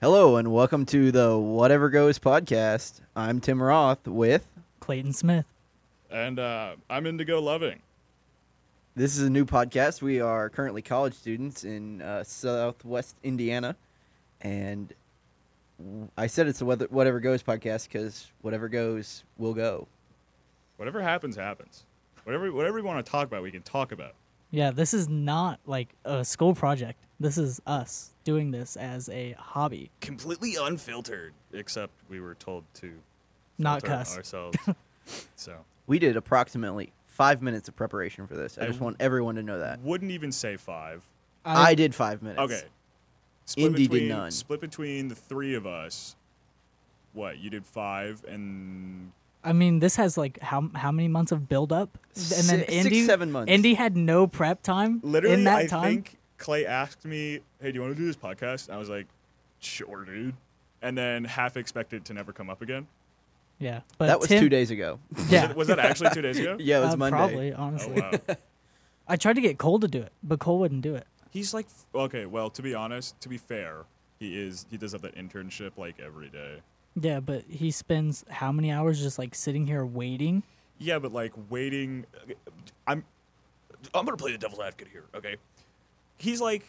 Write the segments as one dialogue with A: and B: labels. A: Hello and welcome to the Whatever Goes podcast. I'm Tim Roth with
B: Clayton Smith.
C: And uh, I'm Indigo Loving.
A: this is a new podcast. We are currently college students in uh, Southwest Indiana, and I said it's the Whether- Whatever Goes podcast because whatever goes will go.
C: Whatever happens, happens. Whatever, whatever we want to talk about, we can talk about.
B: Yeah, this is not like a school project. This is us doing this as a hobby,
C: Completely unfiltered. Except we were told to
B: not
C: filter
B: cuss.
C: ourselves. so
A: We did approximately five minutes of preparation for this. I
C: I-
A: just want everyone to know that
C: wouldn't even say five.
A: I, did five minutes.
C: Okay. Split
A: Indy did
C: between,
A: none.
C: Split between the three of us. What you did five and
B: I mean, this has like how how many months of build up, and then
A: Six- six,
B: Indy
A: seven months.
B: Indy had no prep time
C: literally
B: in that
C: I
B: time.
C: think Clay asked me, "Hey, do you want to do this podcast?" And I was like, "Sure, dude." And then half expected to never come up again.
B: yeah, but
A: that was
B: Tim-
A: two days ago.
B: Yeah,
C: Was that actually two days ago?
A: yeah, it was
B: uh,
A: Monday.
B: Probably
C: Oh
B: honestly,
C: wow.
B: I tried to get Cole to do it, but Cole wouldn't do it.
C: He's like f- okay. Well, to be honest, to be fair, he is. He does have that internship like every day.
B: Yeah, but he spends how many hours just like sitting here waiting?
C: Yeah, but like waiting. uh, I'm. I'm gonna play the devil's advocate here. Okay. He's like.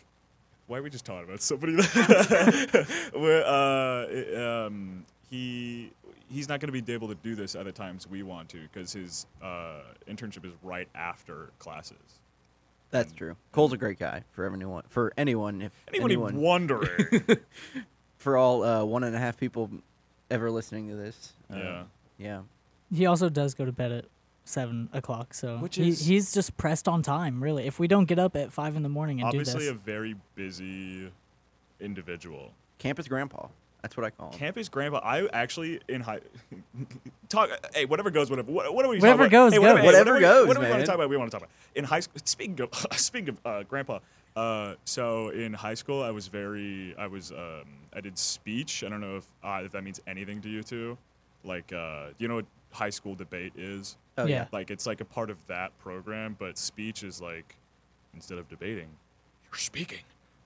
C: Why are we just talking about somebody? that- Where uh, it- um, he he's not gonna be able to do this at the times we want to because his uh, internship is right after classes.
A: That's true. Cole's a great guy for anyone. For anyone, if
C: Anybody
A: anyone
C: wondering?
A: for all uh, one and a half people ever listening to this. uh,
C: Yeah.
A: yeah.
B: He also does go to bed at seven o'clock, so
C: Which
B: he,
C: is-
B: he's just pressed on time. Really, if we don't get up at five in the morning and do
C: Obviously,
B: this,
C: a very busy individual.
A: Campus grandpa. That's what I call him.
C: Campus grandpa. I actually in high talk. Hey, whatever goes, whatever. What, what are we?
B: Whatever
C: talking about?
B: goes,
C: hey, whatever,
B: goes.
C: hey,
A: Whatever
C: we-
A: goes,
C: Whatever we want
A: man.
C: to talk about, we want to talk about. In high school, speaking of speaking of uh, grandpa, uh, so in high school, I was very. I was. Um, I did speech. I don't know if uh, if that means anything to you two. Like, uh, you know what high school debate is?
A: Oh,
B: yeah.
C: Like, it's like a part of that program, but speech is like instead of debating, you're speaking.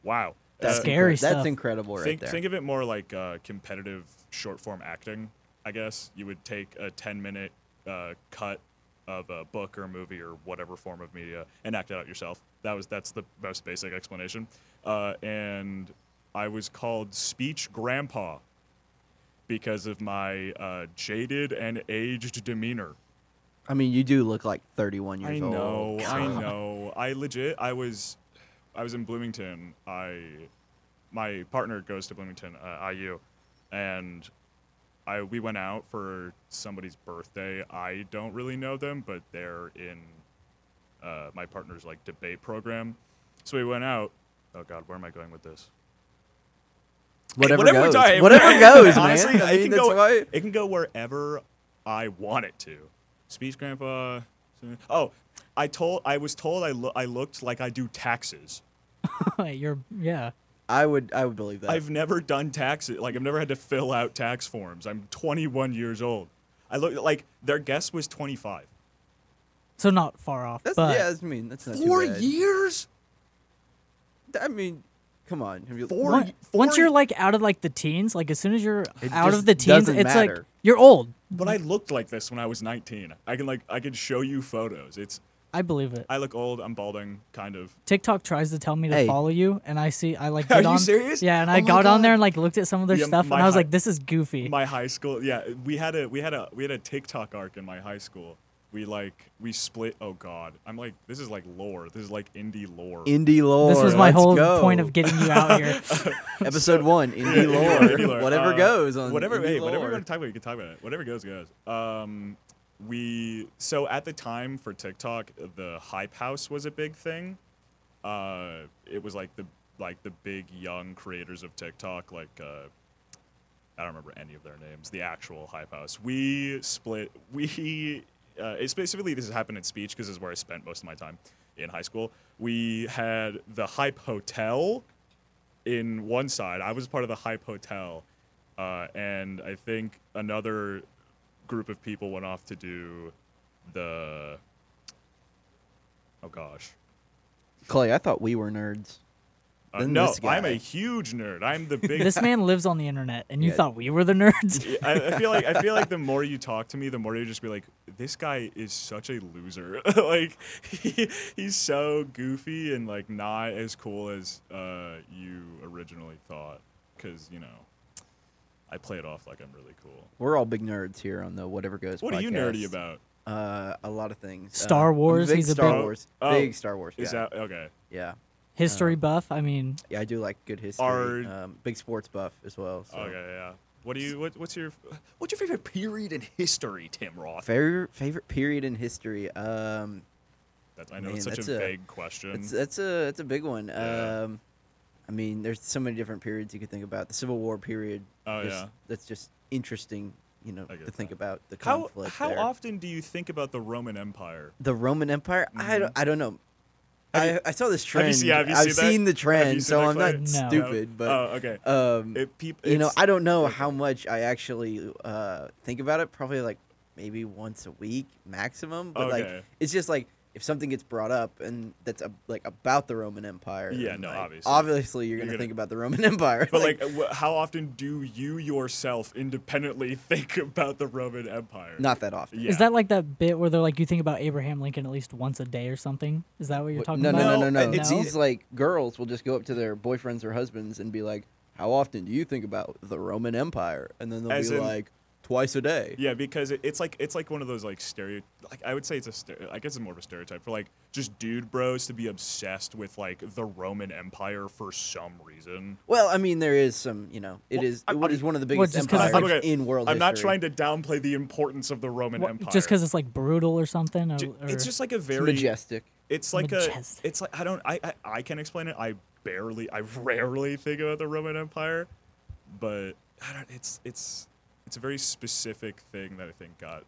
C: Wow.
A: That's
B: Uh, Scary
A: incre- That's
B: stuff.
A: incredible right
C: think,
A: there.
C: think of it more like uh, competitive short form acting, I guess. You would take a 10 minute uh, cut of a book or movie or whatever form of media and act it out yourself. That was That's the most basic explanation. Uh, and I was called Speech Grandpa because of my uh, jaded and aged demeanor.
A: I mean, you do look like 31 years
C: I
A: old.
C: know, I know. I legit, I was, I was in Bloomington. I, my partner goes to Bloomington, uh, IU, and I we went out for somebody's birthday. I don't really know them, but they're in uh, my partner's like debate program. So we went out. Oh God, where am I going with this?
A: Whatever,
C: Whatever we
A: goes.
C: die-
A: whatever goes,
C: Honestly,
A: man. I
C: it,
A: mean,
C: can
A: that's
C: go,
A: why-
C: it can go wherever I want it to. Speech grandpa. Oh, I told I was told I, lo- I looked like I do taxes.
B: you're yeah.
A: I would, I would believe that.
C: I've never done taxes. Like I've never had to fill out tax forms. I'm 21 years old. I look like their guess was 25.
B: So not far off,
A: that's,
B: but
A: yeah, that's, I mean, that's not too
C: Four
A: bad.
C: years?
A: I mean, come on. Have you,
C: Four-
B: on-
C: four
B: once you're
C: y-
B: like out of like the teens, like as soon as you're
A: It
B: out
A: just
B: of the teens,
A: doesn't
B: it's like
A: matter.
B: you're old.
C: But I looked like this when I was 19. I can like I can show you photos. It's
B: I believe it.
C: I look old. I'm balding, kind of.
B: TikTok tries to tell me to
A: Hey.
B: follow you, and I see I like.
C: Are
B: get
C: you
B: on,
C: serious?
B: Yeah, and
C: Oh
B: I
C: my
B: got on there
C: God.
B: and like looked at some of their
C: Yeah,
B: stuff, and
C: my
B: I was
C: hi-
B: like, "This is goofy."
C: my high school yeah we had a we had a we had a tiktok arc in my high school we like we split oh god i'm like this is like lore this is like indie lore
A: indie lore.
B: this was my
A: let's
B: whole
A: go. Oh
B: point of getting you out here.
A: episode one. Indie lore.
C: Indie lore.
A: Whatever
C: Uh,
A: goes on.
C: whatever
A: indie
C: hey whatever
A: lore.
C: you want to talk about you can talk about it whatever goes goes um we so at the time for tiktok the hype house was a big thing uh it was like the like the big young creators of tiktok like uh I don't remember any of their names. The actual hype house. We split. We uh, it's specifically this has happened in speech because this is where I spent most of my time in high school. We had the hype hotel in one side. I was part of the hype hotel, uh, and I think another group of people went off to do the. Oh gosh.
A: Clay, I thought we were nerds.
C: Uh,
A: Then
C: no,
A: this
C: I'm a
A: guy.
C: huge nerd. I'm the big.
B: This man lives on the internet, and you
A: Yeah.
B: thought we were the nerds.
C: I, I feel like I feel like the more you talk to me, the more you just be like, this guy is such a loser. like he, he's so goofy and like not as cool as uh, you originally thought. Because you know, I play it off like I'm really cool.
A: We're all big nerds here on the Whatever Goes.
C: What are you nerdy
A: podcast.
C: about?
A: Uh, a lot of things.
B: Star
A: Uh, I'm
B: Wars,
A: big
B: he's a
A: Star
C: big-
A: Wars.
C: Oh,
A: big Star Wars.
C: Is
A: guy.
C: that okay?
A: Yeah, Uh,
B: History buff. I mean,
A: yeah. I do like good history.
C: Are-
A: Um, big sports buff as well. So.
C: Okay, yeah. What do you? What, what's your? What's your favorite period in history, Tim Roth?
A: Favorite favorite period in history. Um,
C: That's, I know
A: Man,
C: it's such
A: that's
C: a
A: a-
C: vague question.
A: It's, that's a that's a big one.
C: Yeah.
A: Um, I mean, there's so many different periods you could think about. The Civil War period.
C: Oh,
A: is-
C: yeah.
A: That's just interesting, you know,
C: I get
A: to think
C: that.
A: about the
C: how
A: conflict.
C: how
A: there.
C: often do you think about the Roman Empire?
A: The Roman Empire. I don't. I don't know. I, I saw this
C: Mm-hmm. Have
A: trend.
C: you seen- have you
A: I've
C: seen that?
A: seen the
C: Have you
A: trend,
C: seen
A: so
C: that
A: I'm not
C: clip?
B: No.
A: stupid.
C: oh,
A: But
C: okay.
A: um,
C: It peop-
A: you know,
C: it's-
A: I don't know
C: okay.
A: how much I actually uh, think about it. Probably like maybe once a week maximum. But like,
C: Okay.
A: it's just like if something gets brought up and that's a, like about the Roman Empire.
C: Yeah,
A: then,
C: no,
A: like,
C: obviously.
A: obviously you're,
C: You're
A: gonna,
C: gonna-
A: think about the Roman Empire.
C: But like, wh- how often do you yourself independently think about the Roman Empire?
A: not that often.
C: Yeah.
B: is that like that bit where they're like, you think about Abraham Lincoln at least once a day or something? Is that what you're
A: Wait,
B: talking
A: no,
B: about?
A: No, no, no, no.
C: No?
A: It's these like girls will just go up to their boyfriends or husbands and be like, "How often do you think about the Roman Empire?" And then they'll
C: As
A: be
C: in-
A: like, "Twice a day."
C: Yeah, because it, it's like it's like one of those like stereo. Like I would say it's a stereo. I guess it's more of a stereotype for like just dude bros to be obsessed with like the Roman Empire for some reason.
A: Well, I mean, there is some, you know, it
C: Well,
A: is
C: I-
A: what
C: I-
A: is one of the
B: Well,
A: biggest
B: just 'cause
A: empires
B: it's
C: like-
A: in world
C: I'm
A: history.
C: not trying to downplay the importance of the Roman
B: What-
C: Empire.
B: just because it's like brutal or something? Or,
C: Ju- it's
B: or-
C: just like a
A: It's
C: very
A: majestic.
C: It's like
B: Majestic.
C: a. It's like I don't. I, I I can explain it. I barely. I rarely think about the Roman Empire, but I don't. It's it's it's a very specific thing that I think got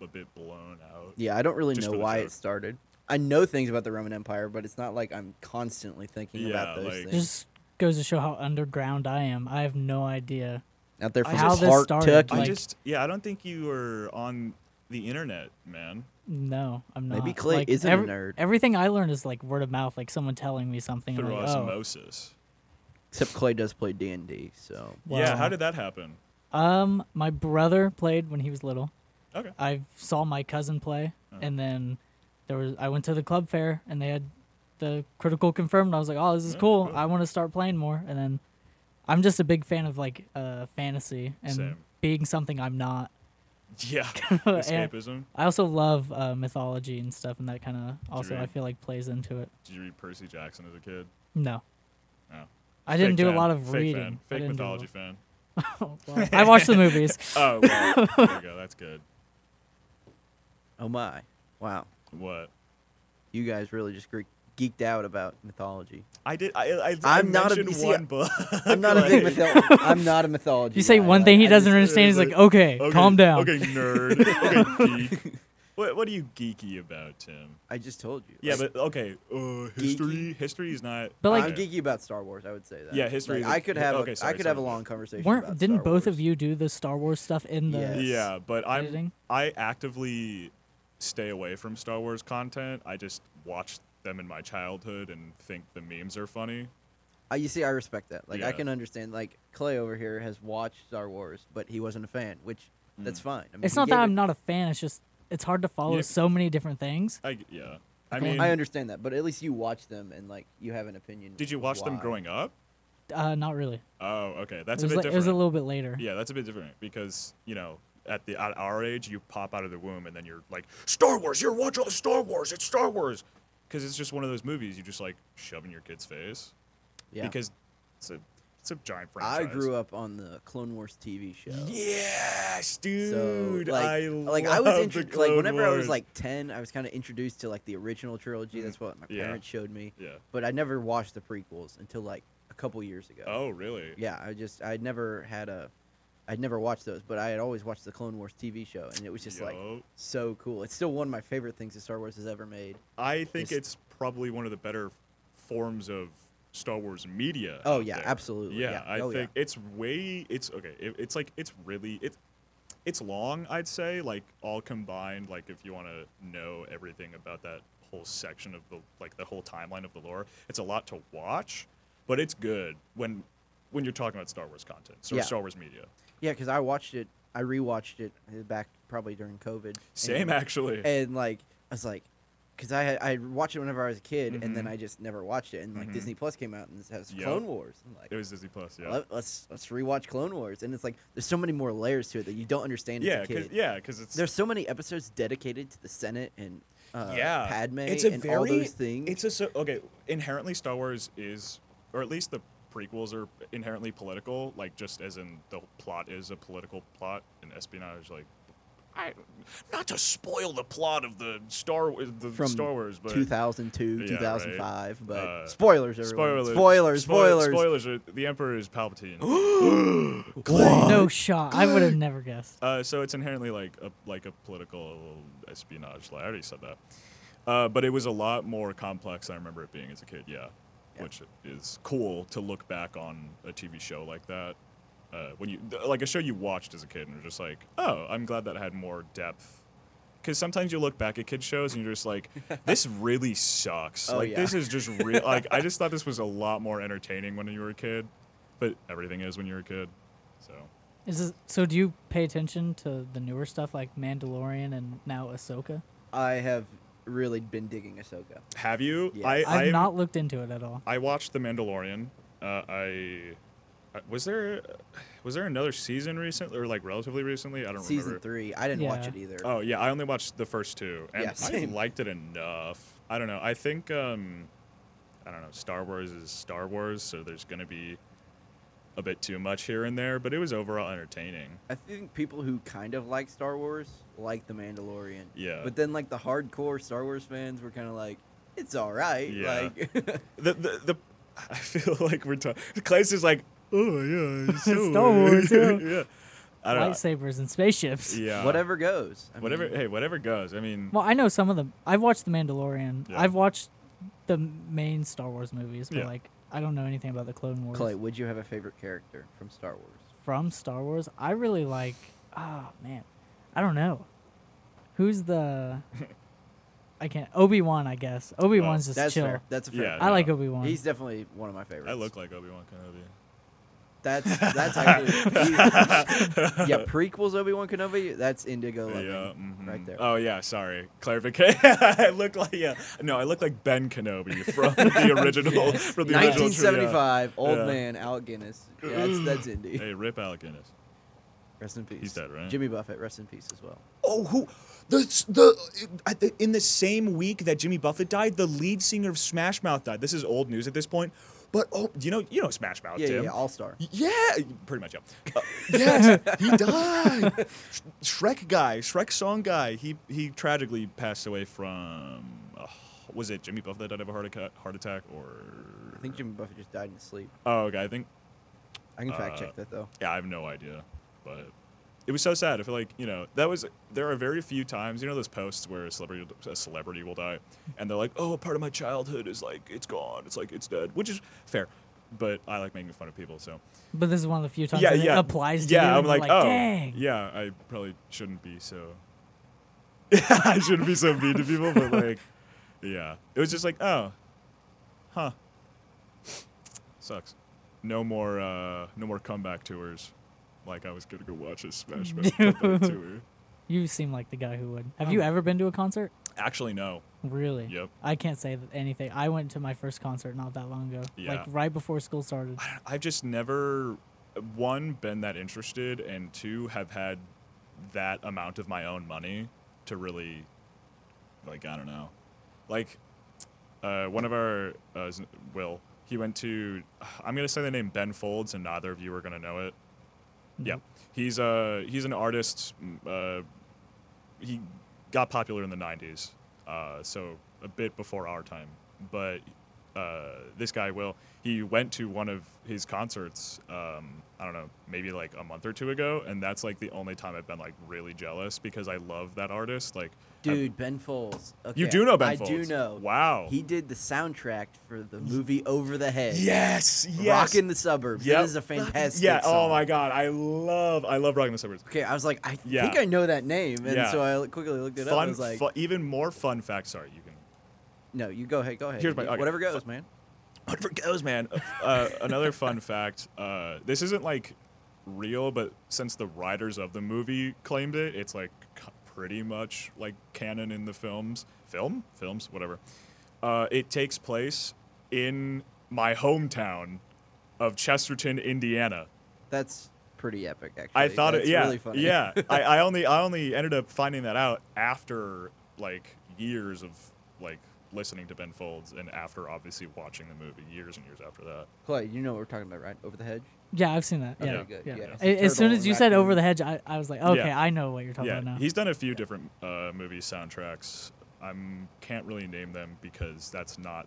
C: a bit blown out.
A: Yeah, I don't really
C: Just
A: know
C: for the
A: why
C: joke.
A: it started. I know things about the Roman Empire, but it's not like I'm constantly thinking about
C: Yeah,
A: those
C: like-
A: things.
B: just goes to show how underground I am. I have no idea.
A: Out there
C: I
A: from
C: just- How
A: just,
C: this
A: Hartucky.
B: started,
C: I
B: like-
C: just yeah. I don't think you were on the internet, man.
B: No, I'm not.
A: Maybe Clay
B: Like,
A: isn't a
B: every-
A: nerd.
B: Everything I learned is like word of mouth, like someone telling me something. I'm
C: Through
B: like, oh,
C: osmosis.
A: Except Clay does play D and D, so
C: Yeah.
B: wow.
C: How did that happen?
B: Um, my brother played when he was little.
C: Okay.
B: I saw my cousin play,
C: Oh.
B: and then there was I went to the club fair and they had the critical confirmed. I was like, oh, this is
C: Yeah,
B: cool.
C: cool.
B: I want to start playing more. And then I'm just a big fan of like uh, fantasy and
C: Same.
B: being something I'm not.
C: Yeah.
B: And
C: Escapism.
B: I also love uh, mythology and stuff, and that kind of also I
C: read-
B: feel like plays into it.
C: Did you read Percy Jackson as a kid?
B: No,
C: No.
B: I didn't
C: Fake
B: do
C: fan.
B: a lot of
C: Fake
B: reading.
C: Fan.
B: I
C: Fake
B: didn't do a-
C: mythology fan.
B: Well, I watched the movies.
C: Oh, well, there you go. That's good.
A: oh my, wow,
C: What?
A: you guys really just gre- geeked out about mythology.
C: I did. I, I, I
A: I'm not a-
C: mentioned
A: you see,
C: one book.
A: I'm not a big
C: Like,
A: mythology. I'm not a mythology.
B: You say
A: guy.
B: one
A: Like,
B: thing he
A: I
B: doesn't
A: just-
B: understand, he's
C: it's
B: like, okay,
C: uh, okay,
B: calm down.
C: Okay, nerd. okay, geek. What, what are you geeky about, Tim?
A: I just told you.
C: Yeah,
A: Like,
C: but okay. Uh, history. History is not.
B: But, like-
A: I'm geeky about Star Wars. I would say that.
C: Yeah, history
A: Like,
C: is a-
A: I could have.
C: okay,
A: a,
C: sorry,
A: I could
C: sorry.
A: have a long conversation.
B: Weren't
A: about
B: didn't
A: Star
B: both of
A: Wars.
B: you do the Star Wars stuff in the?
A: Yes.
C: yeah, but I'm.
B: Editing?
C: I actively stay away from Star Wars content. I just watch them in my childhood and think the memes are funny.
A: I, you see, I respect that. Like, I
C: Yeah.
A: can understand. Like, Clay over here has watched Star Wars, but he wasn't a fan, which
C: Hmm.
A: that's fine. I mean,
B: It's
A: he
B: not
A: gave
B: that
A: it-
B: I'm not a fan. It's just it's hard to follow
C: Yeah.
B: so many different things.
C: I yeah. I
B: Okay.
C: mean,
A: I understand that, but at least you watch them and like you have an opinion.
C: did you watch them
A: why.
C: growing up?
B: Uh, not really.
C: Oh, okay. That's
B: it, was
C: a bit
B: like, it
C: different.
B: was a little bit later.
C: Yeah, that's a bit different because you know, at the at our age, you pop out of the womb and then you're like, Star Wars. You're watching all the Star Wars. It's Star Wars. Because it's just one of those movies you just like shove in your kid's face.
A: Yeah.
C: Because it's a it's a giant
A: I
C: franchise.
A: grew up on the Clone Wars TV show.
C: Yes,
A: So
C: dude.
A: like,
C: I
A: like I was
C: love
A: intro-
C: the
A: like
C: Clone
A: whenever I was
C: Wars. Mm,
A: like ten, I was kind of introduced to like the original trilogy. That's what my
C: Yeah.
A: parents showed me.
C: Yeah.
A: But I never watched the prequels until like a couple years ago.
C: Oh, really?
A: Yeah, I just I'd never had a I'd never watched those, but I had always watched the Clone Wars TV show and it was just like
C: Yo.
A: so cool. It's still one of my favorite things that Star Wars has ever made.
C: I think
A: Just-
C: it's probably one of the better forms of Star Wars media.
A: Oh
C: out
A: yeah,
C: there.
A: absolutely.
C: Yeah,
A: Yeah,
C: I
A: oh, yeah.
C: think it's way. It's okay. It, it's like it's really it's it's long. I'd say like all combined. Like if you want to know everything about that whole section of the like the whole timeline of the lore, it's a lot to watch. but it's good when when you're talking about Star Wars content, so
A: Yeah.
C: Star Wars media.
A: Yeah, because I watched it. I rewatched it uh, back probably during COVID.
C: Same
A: and,
C: actually.
A: And like I was like, because I had I had watched it whenever I was a kid, and then
C: Mhm.
A: I just never watched it. And like
C: Mhm.
A: Disney Plus came out and has
C: Yup.
A: Clone Wars. I'm like,
C: it was Disney Plus. Yeah.
A: Let, us let's rewatch Clone Wars, and it's like there's so many more layers to it that you don't understand
C: Yeah,
A: as a kid.
C: cause, yeah, because it's
A: There's so many episodes dedicated to the Senate and uh,
C: yeah,
A: Padme
C: It's a
A: and
C: very,
A: all those things.
C: It's a so, okay. Inherently, Star Wars is, or at least the prequels are inherently political. Like just as in the plot is a political plot and espionage. Like, I not to spoil the plot of the Star Wa- the
A: From
C: Star Wars, but
A: 2002,
C: Yeah, right.
A: 2005, but
C: Uh,
A: spoilers, everyone.
C: spoilers,
A: spoilers,
C: spoil-
A: spoilers.
C: spoilers. are- The Emperor is Palpatine.
B: No shot. I would have never guessed.
C: Uh, so it's inherently like a like a political espionage. Like I already said that, uh, but it was a lot more complex. than I remember it being as a kid. Yeah,
A: Yeah.
C: which is cool to look back on a TV show like that. Uh, when you th- like a show you watched as a kid and you're just like, oh, I'm glad that had more depth. Because sometimes you look back at kids shows and you're just like, this really sucks.
A: Oh,
C: like
A: yeah.
C: this is just real. like I just thought this was a lot more entertaining when you were a kid, but everything is when you're a kid. So
B: Is this, so? Do you pay attention to the newer stuff like Mandalorian and now Ahsoka?
A: I have really been digging Ahsoka.
C: have you?
A: Yeah.
C: I,
B: I've
C: I'm-
B: not looked into it at all.
C: I watched The Mandalorian. Uh, I I- was there was there another season recently or like relatively recently? I don't
A: Season
C: remember.
A: three, I didn't watch
B: Yeah.
A: it either.
C: Oh yeah, I only watched the first two, and
A: Yeah,
C: I
A: same.
C: liked it enough. I don't know. I think um, I don't know. Star Wars is Star Wars, so there's gonna be a bit too much here and there, but it was overall entertaining.
A: I think people who kind of like Star Wars like The Mandalorian.
C: Yeah.
A: But then, like, the hardcore Star Wars fans were kind of like, it's all right.
C: Yeah.
A: Like,
C: The the, the I feel like we're talking. Clay's is like, oh yeah, it's so
B: Star Wars, yeah."
C: yeah. I don't know.
B: Lightsabers and spaceships.
C: Yeah.
A: whatever goes. I
C: Whatever.
A: mean,
C: hey, whatever goes. I mean.
B: Well, I know some of them. I've watched The Mandalorian.
C: Yeah.
B: I've watched the main Star Wars movies, but
C: Yeah.
B: like I don't know anything about the Clone Wars.
A: Clay, would you have a favorite character from Star Wars?
B: From Star Wars, I really like. Ah man, I don't know. Who's the? I can't. Obi Wan, I guess. Obi Wan's just
A: That's
B: chill.
A: fair. That's a fair.
C: Yeah.
B: I like
C: Yeah.
B: Obi Wan.
A: He's definitely one of my favorites.
C: I look like Obi Wan Kenobi.
A: That's that's actually he- yeah. Prequels Obi Wan Kenobi. That's Indigo Loving
C: Yeah, mhm.
A: right there.
C: Oh yeah, sorry. Clarification. I look like yeah. No, I look like Ben Kenobi from the original. From the original. trio.
A: 1975, old
C: Yeah.
A: man Al Guinness. Yeah, that's, that's Indy.
C: Hey, rip Alec Guinness.
A: Rest in peace.
C: dead, right?
A: Jimmy Buffett, rest in peace as well.
C: Oh, who? The, the, at the in the same week that Jimmy Buffett died, the lead singer of Smash Mouth died. This is old news at this point, but oh, you know, you know Smash Mouth,
A: Yeah, yeah,
C: Tim.
A: yeah, all star.
C: Yeah, pretty much. Yeah. Uh, yes, he died. Sh- Shrek guy, Shrek song guy. He he tragically passed away from. Uh, was it Jimmy Buffett that died of a heart attack? Heart attack or?
A: I think Jimmy Buffett just died in his sleep.
C: Oh, okay. I think.
A: I can fact
C: Uh,
A: check that though.
C: Yeah, I have no idea, but it was so sad. I feel like you know that was. There are very few times you know those posts where a celebrity a celebrity will die, and they're like, "Oh, a part of my childhood is like it's gone. It's like it's dead," which is fair. But I like making fun of people, so.
B: but this is one of the few times
C: yeah,
B: that
C: yeah.
B: it applies to
C: yeah,
B: you.
C: I'm
B: and you're
C: like, oh,
B: dang.
C: yeah, I probably shouldn't be so. I shouldn't be so mean to people, but like, yeah, it was just like, oh, huh, sucks. No more, uh, no more comeback tours. Like I was gonna go watch a Smash Mouth comeback tour.
B: You seem like the guy who would. Have you ever been to a concert?
C: Actually, no.
B: Really?
C: Yep.
B: I can't say that anything. I went to my first concert not that long ago.
C: Yeah.
B: Like right before school started.
C: I've just never, one, been that interested, and two, have had that amount of my own money to really, like, I don't know. Like, uh, one of our, uh, is- Will, he went to, I'm going to say the name Ben Folds, and neither of you are going to know it.
A: Mm-hmm.
C: Yeah. He's, uh, he's an artist. mm, Uh, he got popular in the 90s, uh, so a bit before our time. But uh, this guy, Will, he went to one of his concerts, um, I don't know, maybe like a month or two ago. And that's like the only time I've been like really jealous because I love that artist. Like, I-
A: Dude, Ben Folds. Okay.
C: you do know Ben
A: I
C: Folds.
A: do know.
C: Wow.
A: He did the soundtrack for the movie Over the Head.
C: yes, yes.
A: Rockin' the Suburbs.
C: Yep.
A: That is a fantastic
C: Yeah. Oh
A: song.
C: my God. I love, I love Rockin' the Suburbs.
A: Okay, I was like, I
C: Yeah.
A: think I know that name, and
C: Yeah.
A: so I quickly looked it up.
C: Fun,
A: and I was like,
C: fu- even more fun fact. Sorry, you can
A: no, you go ahead, go ahead.
C: Here's my-
A: You-
C: okay.
A: whatever goes, man.
C: Whatever goes, man. Uh, another fun fact. Uh, this isn't like real, but since the writers of the movie claimed it, it's like c- pretty much like canon in the films. Film, films, whatever. Uh, it takes place in my hometown of Chesterton, Indiana.
A: That's pretty epic, actually.
C: I thought
A: That's
C: it. Yeah,
A: really funny.
C: yeah. I, I only I only ended up finding that out after like years of like listening to Ben Folds and after obviously watching the movie years and years after that.
A: Chloe, you know what we're talking about, right? Over the hedge.
B: Yeah, I've seen that.
A: Okay,
B: Yeah,
A: good,
B: yeah.
A: yeah.
B: A- As, soon
A: Turtle
B: as you said
A: raccoon.
B: over the hedge, I, I was like, okay, I know what you're talking
C: yeah,
B: about now.
C: he's done a few different uh, movie soundtracks. I can't really name them because that's not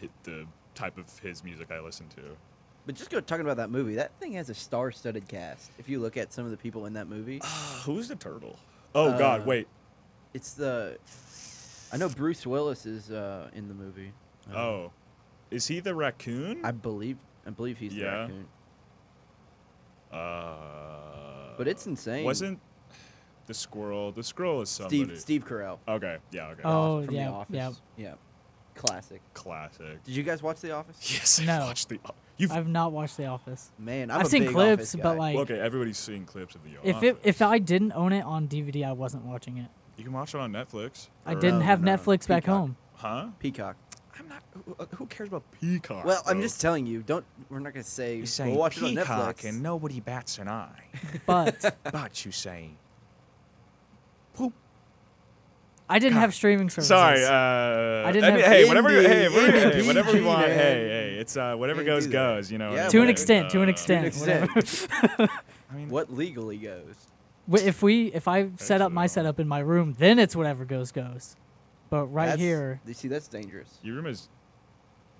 C: hi- the type of his music I listen to.
A: But just go talking about that movie. That thing has a star-studded cast. If you look at some of the people in that movie,
C: Uh, Who's the turtle? Oh God,
A: Uh,
C: wait.
A: it's the. I know Bruce Willis is uh, in the movie. Uh,
C: Oh, is he the raccoon?
A: I believe I believe he's
C: Yeah.
A: the raccoon.
C: uh,
A: But it's insane.
C: Wasn't the squirrel? The squirrel is somebody.
A: Steve Steve Carell?
C: Okay. Yeah. Okay.
B: Oh.
A: from
B: yeah,
A: The Office.
B: yeah.
A: yeah, classic.
C: Classic.
A: Did you guys watch The Office?
C: Yes. I
B: No.
C: watched the. You've.
B: I've not watched The Office.
A: Man, I'm
B: I've
A: a
B: seen
A: big
B: clips,
A: Office
B: but
A: guy.
B: like,
C: okay. Everybody's seeing clips of the.
B: if it,
C: Office.
B: if I didn't own it on DVD, I wasn't watching it.
C: You can watch it on Netflix.
B: I
C: or- um,
B: didn't
A: no,
B: have
A: no,
B: Netflix back
A: Peacock.
B: home.
C: Huh?
A: Peacock.
C: I'm not. Who, uh, who cares about Peacock?
A: Well, I'm
C: bro?
A: just telling you. Don't. We're not gonna say.
D: You
A: we'll
D: say
A: watch it on
D: peacock
A: Netflix.
D: and nobody bats an eye.
B: But
D: but you say,
B: I didn't have
D: God.
B: streaming services.
C: Sorry. Uh,
B: I didn't
C: mean,
B: have-
C: hey, whatever.
A: Indie-
C: hey, whatever,
A: indie
C: hey, whatever we
A: PG,
C: want.
A: man.
C: Hey, hey, it's uh, whatever
A: Can't
C: goes
A: do that.
C: goes. You know.
A: Yeah,
B: to an
A: whatever.
B: extent, to an
C: Uh,
B: extent.
A: Next
B: whatever.
A: step.
D: I mean,
A: what legally goes?
B: Wh- If we, if I set up my
C: Excellent.
B: setup in my room, then it's whatever goes goes. But right
A: That's-
B: here,
A: You see, that's dangerous.
C: Your room is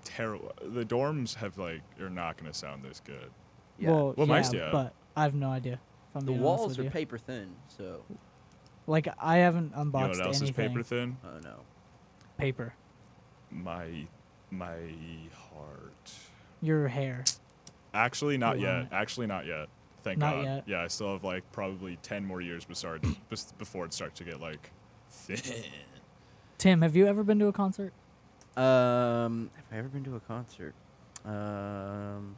C: terrible. The dorms have like are not gonna sound this good.
A: Yeah.
B: well,
C: Well,
B: yeah,
C: mine's- yeah.
B: but I have no idea. If I'm
A: the
B: being honest
A: walls
B: with
A: are
B: you.
A: paper thin, so
B: Like I haven't
C: you know
B: unboxed
C: what else
B: anything.
C: is paper thin?
A: I don't know.
B: Paper.
C: My my heart.
B: Your hair.
C: Actually, not
B: You
C: yet.
B: want it.
C: Actually, not yet. Thank
B: Not
C: God.
B: yet.
C: Yeah, I still have like probably ten more years beside, bes- before it starts to get like thin.
B: Tim, have you ever been to a concert?
A: Um, have I ever been to a concert? Um,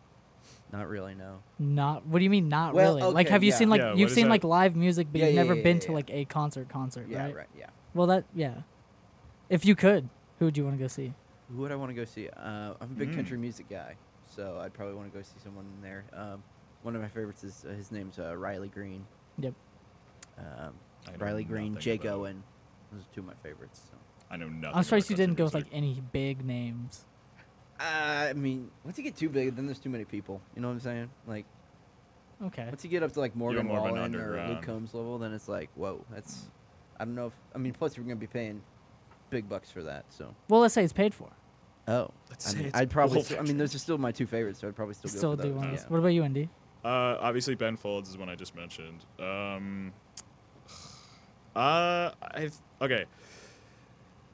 A: not really. No.
B: Not. What do you mean? Not
A: Well,
B: really. like,
A: okay,
B: have you
A: yeah.
B: seen like
C: Yeah, what
B: you've
C: is
B: seen
C: that?
B: like live music, but
A: Yeah,
B: you've
A: yeah,
B: never
A: yeah,
B: been
A: yeah,
B: to
A: yeah.
B: like a concert concert,
A: Yeah.
B: right?
A: Right. yeah.
B: Well, that yeah. If you could, who would you want to go see?
A: Who would I want to go see? Uh, I'm a big
C: Mm.
A: country music guy, so I'd probably want to go see someone in there. Um, one of my favorites is uh, his name's uh, Riley Green.
B: Yep.
A: Um,
C: I know
A: Riley Green,
C: nothing
A: Jake
C: about it.
A: Owen. Those are two of my favorites. So.
C: I know nothing.
B: I'm surprised you
C: about
B: didn't go with
C: country
B: like any big names.
A: Uh, I mean, once you get too big, then there's too many people. You know what I'm saying? Like,
B: Okay.
A: once you get up to like Morgan
C: more of an
A: Wallen or Luke
C: underground.
A: Combs level, then it's like, whoa, that's. I don't know if. I mean, plus you're gonna be paying big bucks for that, so.
B: Well, let's say it's paid for.
A: Oh,
C: Let's
A: I
C: say
A: mean,
C: it's
A: I'd probably.
C: both,
A: St- I mean, those are still my two favorites, so I'd probably still,
B: Still
A: go
B: do
A: for those.
B: one.
A: yeah.
B: of those. What about you, Indy?
C: Uh, obviously, Ben Folds is one I just mentioned. Um, uh, I've okay.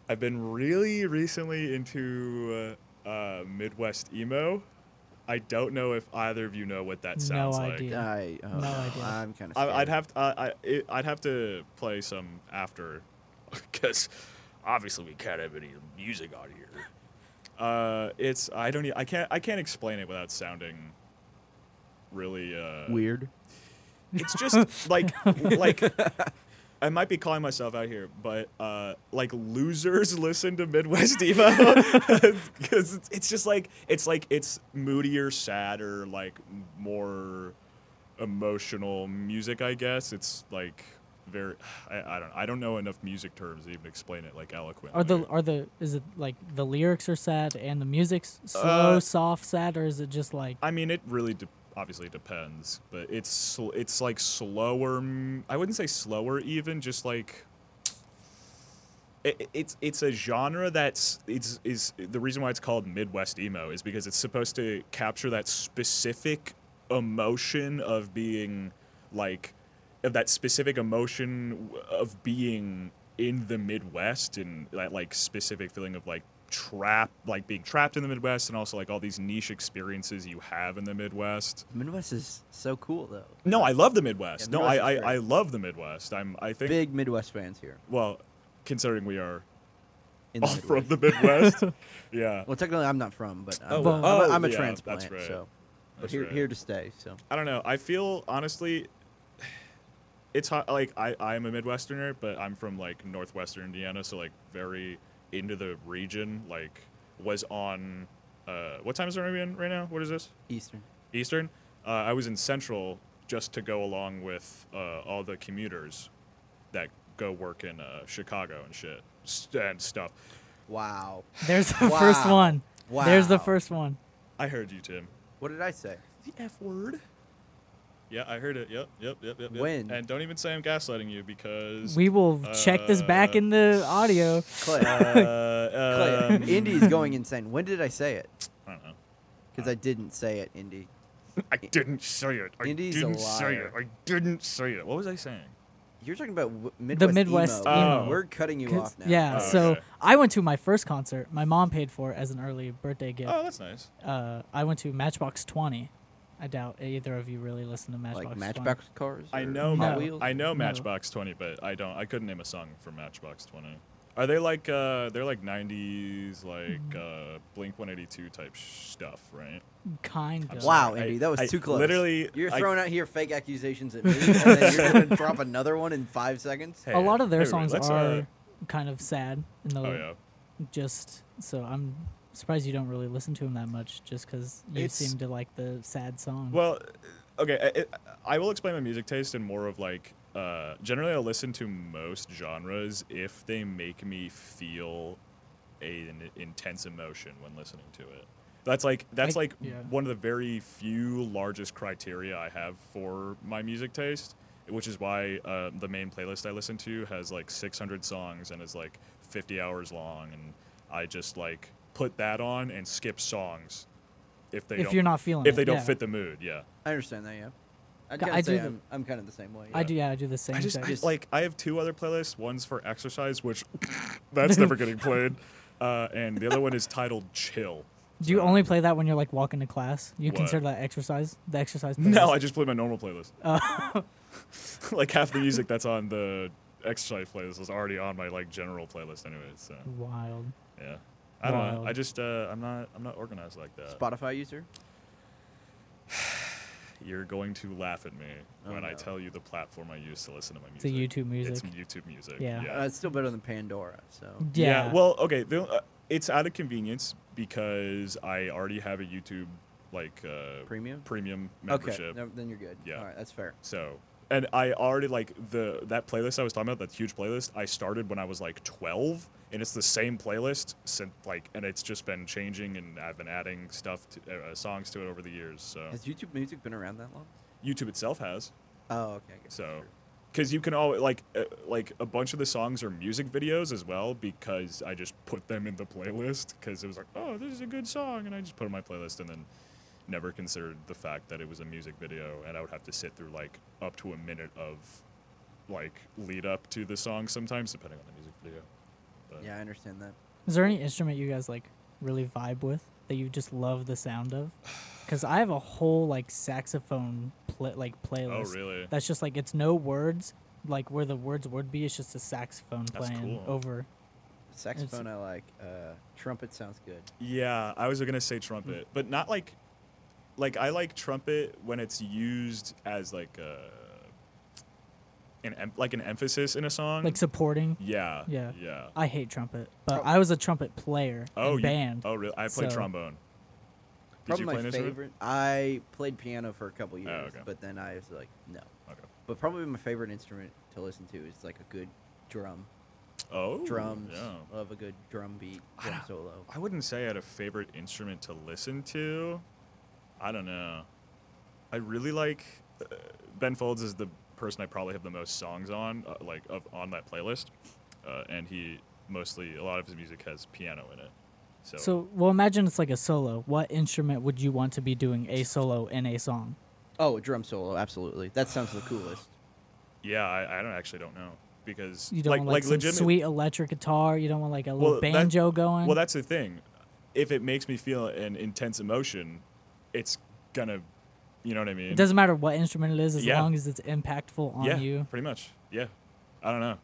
C: I've been really recently into uh, uh, Midwest emo. I don't know if either of you know what that
B: No
C: sounds like.
B: idea.
A: I, oh,
B: No idea.
A: I'm kind of.
C: I, I'd have to. I, I, it, I'd have to play some after, because obviously we can't have any music out here. Uh, it's I don't. e- I can't. I can't explain it without sounding really uh,
A: weird.
C: It's just like like. I might be calling myself out here, but uh, like losers listen to Midwest Diva because it's, it's just like it's like it's moodier, sadder, like more emotional music. I guess it's like very. I, I don't. I don't know enough music terms to even explain it like eloquently.
B: Are the are the is it like the lyrics are sad and the music's slow,
C: Uh,
B: soft, sad, or is it just like
C: I mean, it really de- obviously depends, but it's sl- it's like slower. m- I wouldn't say slower, even just like it, it- it's it's a genre that's it's is the reason why it's called Midwest emo is because it's supposed to capture that specific emotion of being like of that specific emotion w- of being in the Midwest and that like specific feeling of like trap like being trapped in the Midwest and also like all these niche experiences you have in the Midwest.
A: Midwest is so cool though.
C: No, I love the Midwest.
A: Yeah,
C: no, I,
A: Midwest is
C: I I
A: great.
C: love the Midwest. I'm I think
A: Big Midwest fans here.
C: well, considering we are
A: in the
C: all Oh, from
A: Midwest.
C: the Midwest. yeah.
A: Well, technically, I'm not from, but I'm,
C: Oh,
A: I'm,
C: well.
A: a, I'm a
C: Oh, yeah, that's
A: transplant,
C: right.
A: so but
C: That's
A: here
C: right.
A: here to stay. So
C: I don't know. I feel honestly, it's hot. Like I, I am a Midwesterner, but I'm from like northwestern Indiana, so like very into the region. Like was on. Uh, what time is it in right now? What is this?
A: Eastern.
C: Eastern. Uh, I was in Central just to go along with uh, all the commuters that go work in uh, Chicago and shit st- and stuff.
A: Wow.
B: There's the first
A: Wow.
B: one. There's the
A: Wow.
B: first one.
C: I heard you, Tim.
A: What did I say?
C: The F word. Yeah, I heard it. Yep, yep, yep, yep. yep.
A: When?
C: And don't even say I'm gaslighting you because
B: We will check this back
C: Uh,
B: in the audio.
A: Clay.
C: uh,
A: Clay.
C: um,
A: Indy's going insane. When did I say it?
C: I don't know.
A: Because I didn't say it, Indy.
C: I didn't say it. I
A: Indy's a
C: didn't say
A: liar.
C: it. I didn't say it. What was I saying?
A: You're talking about w- Midwest.
B: The Midwest
A: emo.
C: emo. Oh.
A: We're cutting you
B: 'Cause-
A: off now. Uh,
B: Yeah,
C: Oh,
B: so
C: okay.
B: I went to my first concert. My mom paid for it as an early birthday gift.
C: Oh, that's nice.
B: Uh, I went to Matchbox 20. I doubt either of you really listen to Matchbox.
A: like
B: 20.
A: Matchbox cars.
C: I
A: or
C: know.
A: Hot
B: No.
A: Wheels.
C: I know
B: No.
C: Matchbox Twenty, but I don't. I couldn't name a song from Matchbox Twenty. Are they like uh they're like '90s like uh Blink 182 type sh- stuff, right?
B: Kind of.
A: Wow,
C: I-
A: Andy, that was
C: I
A: too close.
C: literally-
A: you're
C: I-
A: throwing out here fake accusations at me, and then you're gonna drop another one in five seconds.
B: A lot of their
C: Hey,
B: songs
C: let's,
B: are
C: uh,
B: kind of sad and
C: oh yeah.
B: just so I'm surprised you don't really listen to them that much just cuz you
C: It's-
B: seem to like the sad songs.
C: Well, okay, I, I will explain my music taste in more of like uh, generally I listen to most genres if they make me feel a, an intense emotion when listening to it. That's like that's
B: I-
C: like
B: yeah.
C: one of the very few largest criteria I have for my music taste, which is why uh, the main playlist I listen to has like 600 songs and is like 50 hours long, and I just like put that on and skip songs if they
B: If
C: don't,
B: you're not feeling it,
C: if they don't
B: yeah.
C: fit the mood, yeah.
A: I understand that. Yeah, I'd
B: Ca-
A: kinda
B: I
A: say
B: do the-
A: I'm, I'm kind of the same way.
B: I
A: yeah.
B: do yeah, I do the same
C: I just,
B: thing.
C: I just like I have two other playlists. One's for exercise, which that's never getting played, uh, and the other one is titled "Chill."
B: Do you
C: So-
B: only play that when you're like walking to class? You
C: What?
B: consider that exercise? The exercise
C: No, I
B: playlist?
C: just play my normal playlist.
B: Oh.
C: like half the music that's on the exercise playlist is already on my like general playlist anyway. So
B: wild.
C: yeah, I don't know.
B: Wild.
C: I just uh, I'm not I'm not organized like that.
A: Spotify user.
C: You're going to laugh at me
A: Oh,
C: when I
A: no.
C: tell you the platform I use to listen to my
B: It's a
C: music.
B: YouTube music.
C: It's YouTube music.
B: Yeah.
A: Uh, it's still better than Pandora. So
C: Yeah. well, okay. The, uh, it's out of convenience because I already have a YouTube like uh,
A: premium.
C: premium membership.
A: Okay, no, then you're good.
C: Yeah.
A: All right, that's fair.
C: So, and I already like the that playlist I was talking about, that huge playlist. I started when I was like 12, and it's the same playlist since like, and it's just been changing, and I've been adding stuff to uh, songs to it over the years. So
A: Has YouTube Music been around that long?
C: YouTube itself has
A: Oh, okay. I guess
C: so
A: that's true.
C: because you can always like uh, like a bunch of the songs are music videos as well because i just put them in the playlist because it was like oh this is a good song and i just put it in my playlist and then never considered the fact that it was a music video and i would have to sit through like up to a minute of like lead up to the song sometimes depending on the music video but
A: Yeah, I understand that.
B: Is there any instrument you guys like really vibe with that you just love the sound of? Because I have a whole like saxophone pla like
C: oh
B: playlist.
C: really
B: That's just like it's no words, like where the words would be. It's just a saxophone
C: That's
B: playing
C: cool.
B: over.
A: Saxophone, I like. Uh, trumpet sounds good.
C: Yeah, I was gonna say trumpet,
B: Hmm.
C: but not like, like I like trumpet when it's used as like a, an em- like an emphasis in a song.
B: Like supporting.
C: yeah,
B: Yeah.
C: yeah.
B: I hate trumpet, but
A: Oh.
B: I was a trumpet player
C: Oh,
B: in
C: you-
B: band.
C: Oh, really? I played
B: So-
C: trombone. Did
A: Probably
C: you play an
A: my
C: instrument? Oh,
A: favorite. I played piano for a couple years,
C: okay.
A: but then I was like, no.
C: Okay.
A: But probably my favorite instrument to listen to is like a good drum.
C: Oh,
A: Drums.
C: Yeah.
A: Love a good drum beat,
C: I
A: drum
C: don't-
A: solo.
C: I wouldn't say I had a favorite instrument to listen to. I don't know. I really like uh, Ben Folds is the person I probably have the most songs on, uh, like of, on that playlist, uh, and he mostly a lot of his music has piano in it. So,
B: So, well, imagine it's like a solo. What instrument would you want to be doing a solo in a song?
A: Oh, a drum solo, absolutely. That sounds the coolest.
C: yeah, I, I don't actually don't know because
B: You don't
C: like
B: want like,
C: like
B: some
C: legitimate-
B: sweet electric guitar. You don't want like a little
C: Well, that-
B: banjo going.
C: Well, that's the thing. If it makes me feel an intense emotion, it's gonna, you know what I mean?
B: It doesn't matter what instrument it is, as
C: Yeah.
B: long as it's impactful on
C: yeah,
B: you.
C: pretty much. Yeah, I don't know.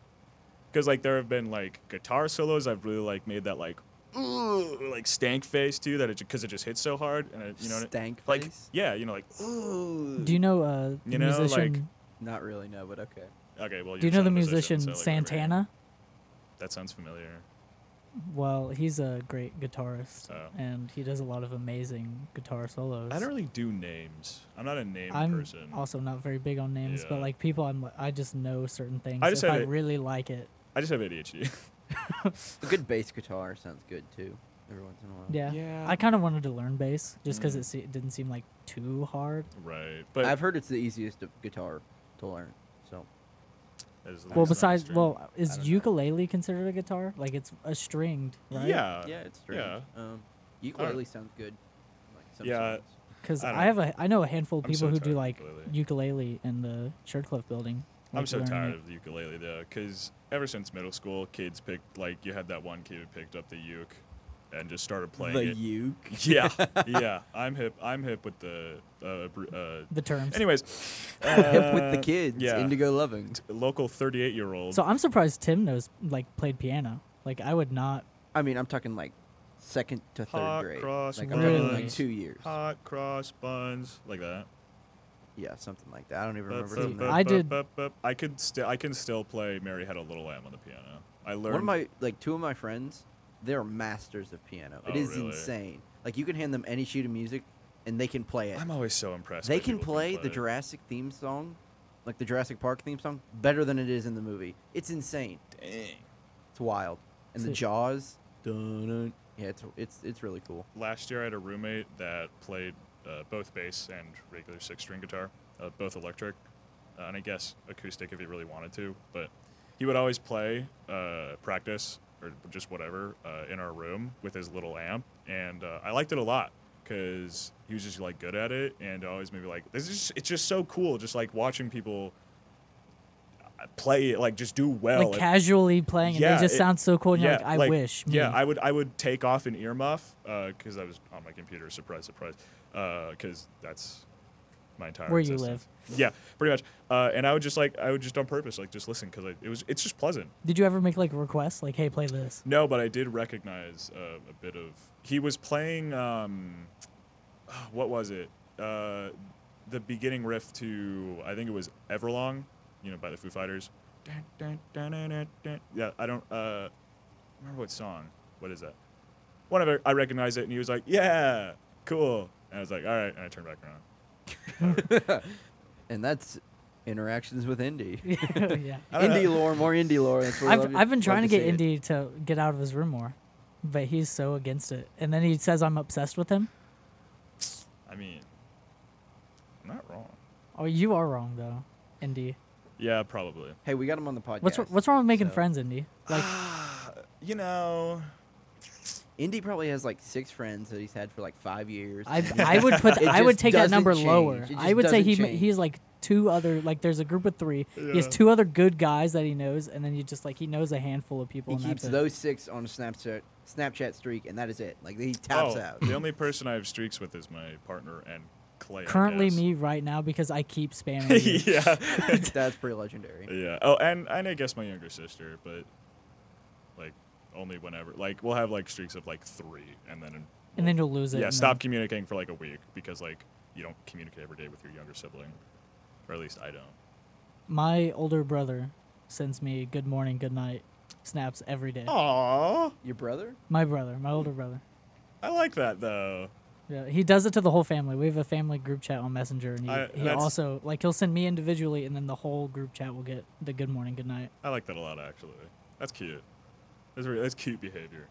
C: because like there have been like guitar solos I've really like made that like "Ugh," like stank face too that it because it just hits so hard and it, you know what I-
A: Stank
C: like
A: face?
C: yeah you know like
B: Do you know uh, the
C: You know, like-
B: musician?
A: Not really, no, but okay.
C: okay well
B: do you
C: you're
B: know the
C: not a
B: musician
C: so, like, whatever.
B: Santana?
C: that sounds familiar
B: Well, he's a great guitarist,
C: Oh.
B: and he does a lot of amazing guitar solos.
C: I don't really do names I'm not a name
B: I'm
C: person
B: also not very big on names, but
C: Yeah.
B: like people, I'm li- I just know certain things.
C: I just
B: if
C: had
B: I
C: it-
B: really like it,
C: I just have ADHD
A: A good bass guitar sounds good too. Every once in a while.
B: yeah.
D: Yeah.
B: I kind of wanted to learn bass just because
C: Mm.
B: it, se- it didn't seem like too hard.
C: right but
A: I've heard it's the easiest of guitar to learn. So
C: as
B: well,
C: long as I'm
B: besides,
C: stringed-
B: well,
C: I
B: is
C: don't know.
B: ukulele considered a guitar? Like it's a stringed, right?
C: Uh, yeah
A: yeah, it's strange.
C: yeah.
A: Um, ukulele sounds good. Like some
C: Yeah.
A: songs.
B: Because
C: I
B: I,
C: don't know.
B: have a I know a handful of
C: I'm
B: people
C: so
B: who
C: tired
B: do
C: of
B: like
C: ukulele.
B: ukulele in the Churchcliffe building.
C: I'm
B: like,
C: so
B: learning
C: tired
B: it.
C: of the ukulele though, because ever since middle school, kids picked like you had that one kid who picked up the uke and just started playing
A: The
C: it.
A: uke.
C: yeah, yeah. I'm hip. I'm hip with the. Uh, br- uh,
B: the terms.
C: anyways,
A: Hip with the
C: uh,
A: kids.
C: Yeah,
A: Indigo loving.
C: local 38 year old.
B: So I'm surprised Tim knows like played piano. Like I would not.
A: I mean, I'm talking like second to third
C: Hot
A: grade.
C: cross
A: like I'm talking
B: Really?
A: like two years.
C: hot cross buns like that.
A: Yeah, something like that. I don't even
C: Bup,
A: remember.
C: bup,
A: something
C: bup,
A: like
B: I
C: bup,
B: did-
C: bup, bup. I could still. I can still play "Mary Had a Little Lamb" on the piano. I learned.
A: One of my like two of my friends, they're masters of piano. It
C: Oh,
A: is
C: really?
A: insane. Like you can hand them any sheet of music, and they can play it.
C: I'm always so impressed.
A: they
C: by
A: can
C: people who
A: play the
C: play.
A: Jurassic theme song, like the Jurassic Park theme song, better than it is in the movie. It's insane.
C: Dang.
A: It's wild. And the
B: See-
A: Jaws. Dun, dun. Yeah, it's it's it's really cool.
C: last year I had a roommate that played uh, both bass and regular six string guitar, uh, both electric, uh, and I guess acoustic if he really wanted to. But he would always play uh, practice or just whatever uh, in our room with his little amp, and uh, I liked it a lot because he was just like good at it, and always maybe like this is it's just so cool, just like watching people uh, play it, like just do well.
B: like
C: and-
B: casually playing, and
C: yeah,
B: they just
C: it-
B: sound so cool. And you're like, I wish. me."
C: Yeah, I would. I would take off an earmuff because I was on my computer. Surprise, surprise. Because that's my entire
B: Where you
C: existence. Yeah, pretty much. Uh, and I would just like I would just on purpose like just listen because it was it's just pleasant.
B: Did you ever make like a request, like, "Hey, play this"?
C: No, but I did recognize uh, a bit of. He was playing. Um, what was it? Uh, the beginning riff to I think it was Everlong, you know, by the Foo Fighters. Dun, dun, dun, dun, dun, dun. Yeah, I don't uh, remember what song. What is that? One of it, I recognized it, and he was like, "Yeah, cool." And I was like, "All right," and I turned back around.
A: And that's interactions with indie.
B: yeah.
C: I don't know.
A: indie lore, more indie lore. That's what
B: I've I've been trying to get Indy to get out of his room more, but he's so against it. And then he says I'm obsessed with him.
C: I mean, I'm not wrong.
B: Oh, you are wrong though, Indy.
C: Yeah, probably.
A: Hey, we got him on the podcast.
B: What's what's wrong with making
A: so-
B: friends, Indy? Like,
C: You know,
A: Indy probably has like six friends that he's had for like five years.
B: I I would put
A: It
B: I would
A: just
B: take that
A: doesn't
B: number
A: change.
B: lower.
A: It
B: I
A: just
B: would say
A: doesn't
B: he ma-
A: change.
B: he's like two other like there's a group of three. He has
C: Yeah.
B: two other good guys that he knows, and then you just like he knows a handful of people.
A: he
B: and
A: keeps
B: that's it.
A: those six on a Snapchat Snapchat streak, and that is it. Like he taps
C: oh,
A: out.
C: the only person I have streaks with is my partner and Clay. I
B: currently
C: guess.
B: me right now because I keep spamming. you.
C: yeah.
A: That's pretty legendary.
C: yeah. Oh, and, and I guess my younger sister, but like only whenever. Like we'll have like streaks of like three, and then
B: And then you'll lose it.
C: yeah,
B: and
C: stop
B: then-
C: communicating for like a week because like you don't communicate every day with your younger sibling, or at least I don't.
B: My older brother sends me good morning, good night snaps every day.
C: Oh. Aww,
A: Your brother?
B: My brother, my older brother.
C: I like that though.
B: Yeah, he does it to the whole family. We have a family group chat on Messenger, and he,
C: I-
B: he
C: that's-
B: also like he'll send me individually, and then the whole group chat will get the good morning, good night.
C: I like that a lot actually. That's cute. That's re- that's cute behavior.
A: Me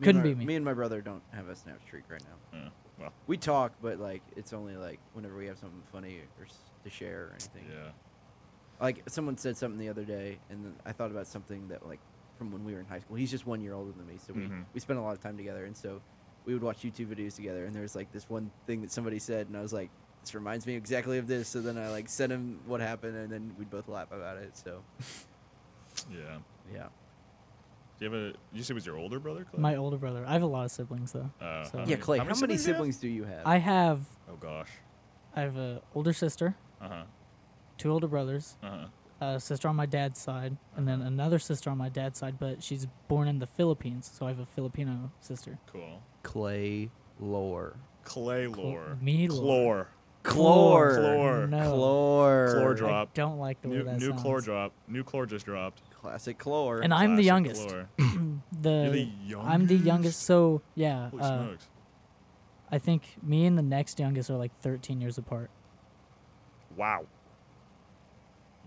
A: and
B: Couldn't
A: my-
B: be me.
A: Me and my brother don't have a Snap streak right now.
C: Yeah. Well,
A: We talk, but like it's only like whenever we have something funny or s- to share or anything.
C: yeah.
A: Like someone said something the other day, and then I thought about something that like from when we were in high school. He's just one year older than me, so we
C: Mhm.
A: we spent a lot of time together, and so we would watch YouTube videos together. And there was like this one thing that somebody said, and I was like, "This reminds me exactly of this." So then I like sent him what happened, and then we'd both laugh about it. So
C: Yeah.
A: yeah,
C: Do you have a? You said it was your older brother, Clay?
B: My older brother. I have a lot of siblings though.
C: Oh,
B: So-
C: how
A: yeah,
C: many-
A: Clay.
C: how
A: How
C: many
A: many, siblings
C: siblings
A: do you have?
B: I have
C: Oh gosh.
B: I have a older sister,
C: Uh huh.
B: two older brothers,
C: Uh huh.
B: a sister on my dad's side, and
C: Uh-huh.
B: then another sister on my dad's side, but she's born in the Philippines, so I have a Filipino sister.
C: Cool.
A: Clay lore.
C: Clay
B: Cl-
C: lore.
B: me
C: Chlor.
B: lore.
A: Chlor.
C: Chlor.
B: No.
A: Chlor.
C: Chlor drop.
B: I don't like the way
C: New,
B: that
C: new
B: sounds.
C: chlor drop. New chlor just dropped.
A: Classic chlor.
B: And I'm the
C: Classic
B: youngest.
C: chlor.
B: The,
C: You're the
B: I'm the
C: youngest?
B: youngest, so yeah.
C: Holy
B: uh,
C: smokes.
B: I think me and the next youngest are like 13 years apart.
C: Wow.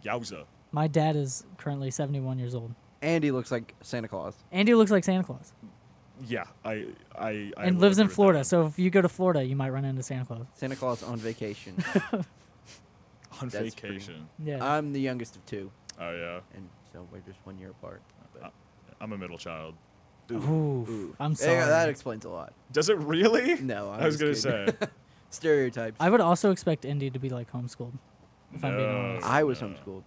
C: Yowza.
B: My dad is currently 71 years old.
A: Andy looks like Santa Claus.
B: Andy looks like Santa Claus
C: Yeah, I, I, I
B: and lives in
C: will agree with that.
B: Florida. So if you go to Florida, you might run into Santa Claus.
A: Santa Claus on vacation.
C: on
A: That's pretty-
C: vacation.
B: Yeah.
A: I'm the youngest of two,
C: Oh yeah,
A: and so we're just one year apart.
C: Uh,
A: But,
C: I'm a middle child.
B: Oof.
A: ooh.
B: I'm
A: There
B: sorry.
A: you go, That explains a lot.
C: Does it really?
A: No, I'm
C: I was gonna
A: just kidding.
C: say.
A: Stereotypes.
B: I would also expect Indy to be like homeschooled. If I'm being
C: No.
B: honest.
A: I was
C: Uh,
A: homeschooled.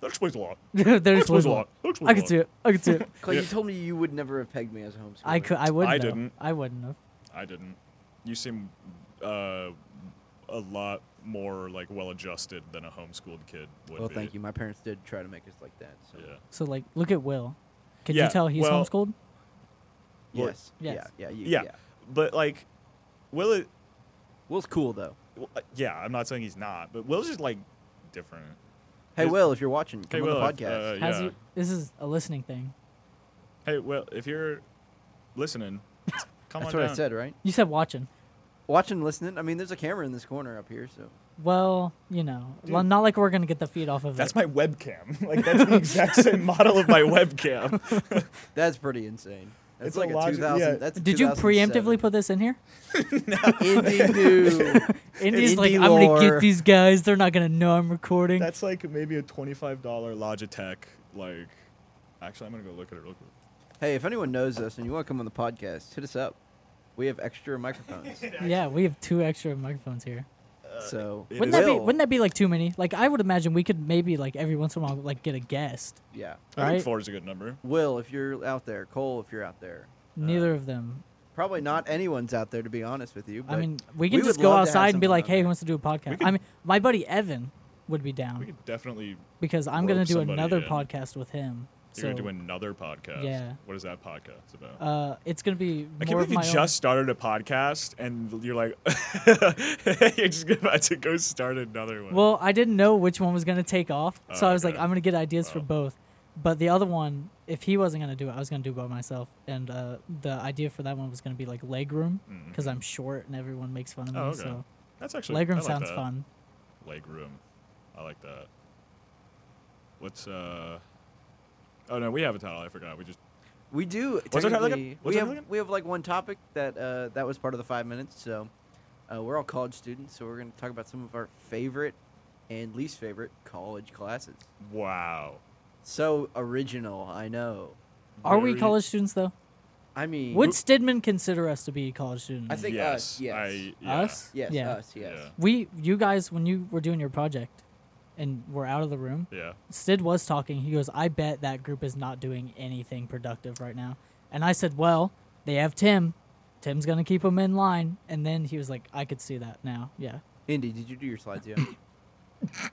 C: That explains a lot.
B: There's
C: That explains a
B: Wizzle.
C: lot. That explains
B: I
C: a
B: could
C: lot.
B: see it. I could see it.
A: Clay, you
C: yeah.
A: told me you would never have pegged me as a homeschooler.
B: I could. I wouldn't.
C: I
B: have.
C: didn't.
B: I wouldn't have.
C: I didn't. You seem uh, a lot more like well-adjusted than a homeschooled kid would
A: Well,
C: be.
A: thank you. My parents did try to make us like that. So.
C: Yeah.
B: So like, look at Will. Could
C: Yeah,
B: you tell he's
C: well-
B: homeschooled?
C: Well,
A: Yes.
B: Yes.
A: Yeah. Yeah, you-
C: Yeah. But like, Will it?
A: Will's cool though.
C: well, uh, yeah, I'm not saying he's not, but Will's just like different.
A: Hey
C: Is-
A: Will, if you're watching, come
C: Hey,
A: on
C: Will,
A: the
C: if,
A: podcast.
C: uh,
B: How's
C: yeah.
B: he, This is a listening thing.
C: Hey, Will, if you're listening, come
A: That's
C: on
A: what
C: down.
A: I said, right?
B: You said watching.
A: Watching, listening. I mean, there's a camera in this corner up here, so
B: Well, you know,
C: Dude.
B: well, not like we're gonna get the feed off of
C: That's
B: it.
C: my webcam. Like that's the exact same model of my webcam.
A: that's pretty insane. That's
C: It's a
A: like a,
C: logi-
A: 2000.
C: yeah.
A: That's
B: Did you preemptively put this in here?
A: Indy knew.
B: Indy's like,
A: indie
B: I'm gonna
A: lore.
B: get these guys. They're not gonna know I'm recording.
C: That's like maybe a twenty-five dollar Logitech. Like, actually, I'm gonna go look at it real quick.
A: hey, if anyone knows us and you want to come on the podcast, hit us up. We have extra microphones.
B: yeah, we have two extra microphones here.
A: so
C: it
B: Wouldn't
C: is-
B: that be?
A: Will-
B: Wouldn't that be like too many? Like I would imagine we could maybe like every once in a while like get a guest.
A: yeah,
C: I think
B: Right?
C: four is a good number.
A: Will, if you're out there, Cole, if you're out there,
C: Uh,
B: Neither of them.
A: probably not anyone's out there to be honest with you. But
B: I mean, we can
A: we
B: just
A: would
B: go
A: love to have
B: outside and be
A: someone
B: like,
A: on
B: "Hey,
A: there.
B: who wants to do a podcast?"
C: could-
B: I mean, my buddy Evan would be down.
C: We could definitely.
B: because I'm
C: rope
B: gonna do
C: somebody
B: another
C: in.
B: podcast with him.
C: You're
B: so
C: gonna do another podcast.
B: Yeah.
C: What is that podcast about?
B: uh, it's gonna be
C: I can't
B: more
C: believe
B: of
C: you
B: my
C: just started a podcast and you're like, you're just about to go start another one.
B: own. Well, I didn't know which one was gonna take off, so
C: Oh,
B: I was like,
C: okay. Oh.
B: I'm gonna get ideas for
C: Wow.
B: both. But the other one, if he wasn't gonna do it, I was gonna do it by myself. And uh, the idea for that one was gonna be like leg room, because I'm short and everyone makes fun of
C: Mm-hmm. Oh,
B: me.
C: okay.
B: So
C: that's actually
B: leg room
C: I like
B: sounds
C: that.
B: fun.
C: Leg room, I like that. What's uh? Oh no, we have a title. I forgot. We just
A: we do.
C: What's our title again?
A: technically-
C: What's
A: we
C: our
A: have
C: title again?
A: we have like one topic that uh, that was part of the five minutes. So uh, we're all college students, so we're going to talk about some of our favorite and least favorite college classes.
C: wow.
A: So original, I know.
B: Are we
C: Very-
B: college students though?
A: I mean,
B: Would Stidman consider us to be college students?
A: I think us, yes.
C: I, yeah.
B: Us?
A: yes,
B: Yeah.
A: us, yes.
C: Yeah.
B: We, you guys, when you were doing your project, and we're out of the room.
C: Yeah.
B: Sid was talking. He goes, I bet that group is not doing anything productive right now. And I said, Well, they have Tim. Tim's going to keep them in line. And then he was like, I could see that now. Yeah.
A: Indy, did you do your slides? Yeah.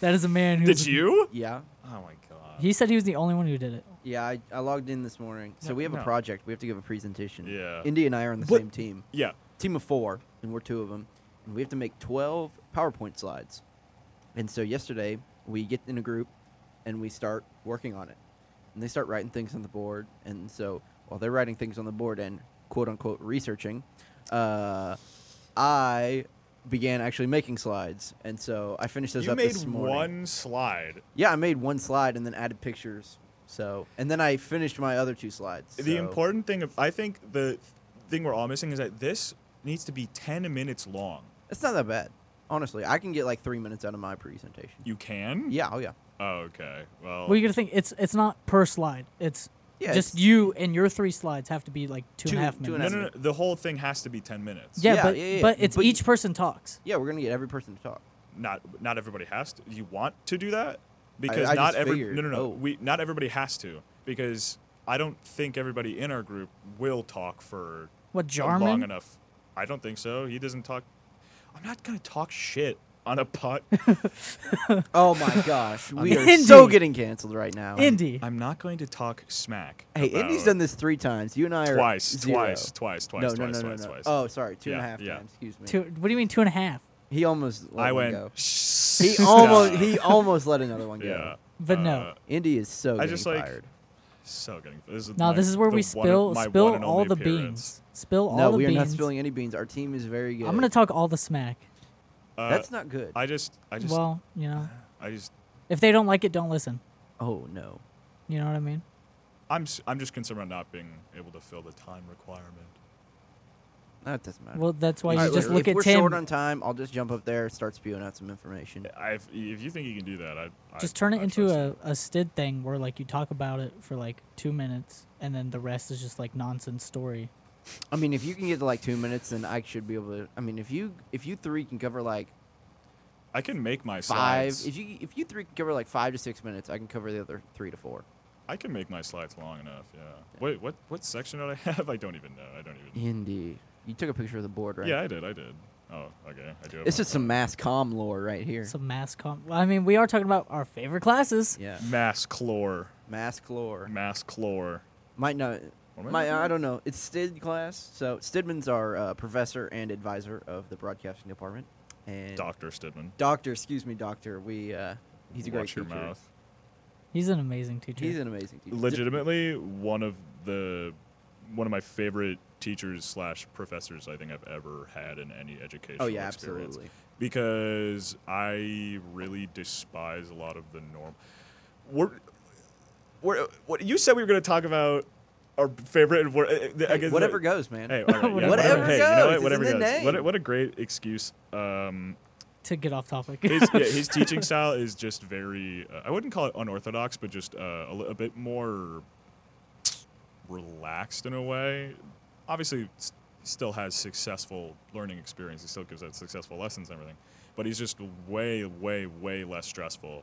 B: That is a man who.
C: Did you?
A: yeah.
D: Oh my god.
B: He said he was the only one who did it.
A: Yeah, I, I logged in this morning. So
D: No,
A: we have a
D: no.
A: project. We have to give a presentation.
C: Yeah.
A: Indy and I are on the
C: What-
A: same team.
C: Yeah.
A: Team of four, and we're two of them. And we have to make 12 PowerPoint slides. And so yesterday, we get in a group and we start working on it. And they start writing things on the board. And so while they're writing things on the board and quote unquote researching, uh, I began actually making slides. And so I finished those
C: You
A: up
C: made
A: this morning.
C: one slide.
A: Yeah, I made one slide and then added pictures. So, and then I finished my other two slides.
C: The
A: so-
C: important thing of I think the thing we're all missing is that this needs to be 10 minutes long.
A: It's not that bad, honestly. I can get like three minutes out of my presentation.
C: You can?
A: Yeah, oh yeah,
C: Oh, okay. Well,
B: Well, you got to think it's it's not per slide. It's
A: Yeah,
B: just
A: it's-
B: you and your three slides have to be like two and a
A: Two-
B: half
A: two and a
C: no,
B: minutes.
C: no, no. The whole thing has to be 10 minutes.
B: Yeah,
A: Yeah,
B: but,
A: yeah, yeah.
B: but it's
A: But you-
B: each person talks.
A: yeah. We're gonna get every person to talk.
C: Not not everybody has to. You want to do that? Because
A: I
C: not
A: just
C: every
A: figured,
C: No, no, no.
A: oh.
C: We not everybody has to because I don't think everybody in our group will talk for
B: What,
C: long
B: Jarman?
C: enough. I don't think so. He doesn't talk. I'm not gonna talk shit on a pot.
A: Oh my gosh, we are so
B: Indy.
A: getting canceled right now.
B: Indy.
C: I'm not going to talk smack.
A: Hey,
C: about
A: Indy's done this three times. You and I are
C: twice,
A: zero.
C: twice, twice, twice,
A: no,
C: twice,
A: no, no,
C: twice,
A: no, no.
C: twice.
A: Oh, sorry, two and a
C: Yeah,
A: half
C: yeah.
A: times. Excuse me.
B: Two, what do you mean two and a half?
A: He almost. Let
C: I
A: one
C: went.
A: Go.
C: "Shh,
A: He almost.
C: yeah."
A: He almost let another one go.
C: Yeah.
B: But no.
C: uh,
A: Indy is so.
C: I
A: getting
C: just, like,
A: fired.
C: So getting. This is
B: No,
C: my-
B: this is where
C: the
B: we
C: one-
B: spill
C: my one
B: spill
C: and
B: all
C: only
B: the
C: appearance.
B: beans. Spill all
A: No,
B: the
A: we are
B: beans.
A: not spilling any beans. Our team is very good.
B: I'm gonna talk all the smack.
C: Uh,
A: That's not good.
C: I just, I just,
B: well, you know,
C: I just,
B: if they don't like it, don't listen.
A: oh no.
B: You know what I mean?
C: I'm, s- I'm just concerned about not being able to fill the time requirement.
A: That doesn't matter.
B: Well, that's
A: All
B: why you
A: right,
B: just
A: look,
B: look
A: if
B: at
A: we're
B: Tim.
A: short on time, I'll just jump up there, start spewing out some information.
C: I, if, if you think you can do that, I I-
B: just turn it
C: I
B: into
C: trust
B: a,
C: you.
B: a stid thing where like you talk about it for like two minutes and then the rest is just like nonsense story
A: I mean, if you can get to like two minutes, then I should be able to. I mean, if you if you three can cover like
C: I can make my
A: five,
C: slides.
A: if you if you three can cover like five to six minutes, I can cover the other three to four.
C: I can make my slides long enough. Yeah. Wait, what? What section did I have? I don't even know. I don't even.
A: Indeed. You took a picture of the board, right?
C: Yeah, I did. I did. Oh, okay. I do. have
A: It's
C: my
A: just some mass comm lore right here.
B: some mass com well, i mean we are talking about our favorite classes
A: yeah.
C: mass chlor,
A: Mass lore.
C: mass chlor.
A: Might not.
C: What am I
A: My,
C: looking
A: I
C: at?
A: don't know. It's Stid class. So Stidman's our uh, professor and advisor of the broadcasting department. And
C: Doctor Stidman.
A: Doctor, excuse me, doctor. We uh, he's a great
C: Watch your
A: teacher.
C: mouth.
B: he's an amazing teacher
A: He's an amazing teacher.
C: Legitimately, one of the one of my favorite teachers slash professors I think I've ever had in any educational
A: Oh yeah,
C: experience.
A: absolutely.
C: because I really despise a lot of the norm. We're, we're, what you said we were going to talk about our favorite. and what- uh, I guess
A: Whatever goes, man.
C: Hey, all right, yeah,
B: Whatever
C: whatever. Hey, you know
A: goes,
C: what?
A: it's
C: Whatever
A: in the
C: goes. What, a-
A: name.
C: what a great excuse. Um,
B: to get off topic
C: his, yeah, his teaching style is just very. Uh, I wouldn't call it unorthodox, but just uh, a, li- a bit more relaxed in a way. Obviously, s- still has successful learning experience. He still gives out successful lessons and everything, but he's just way, way, way less stressful.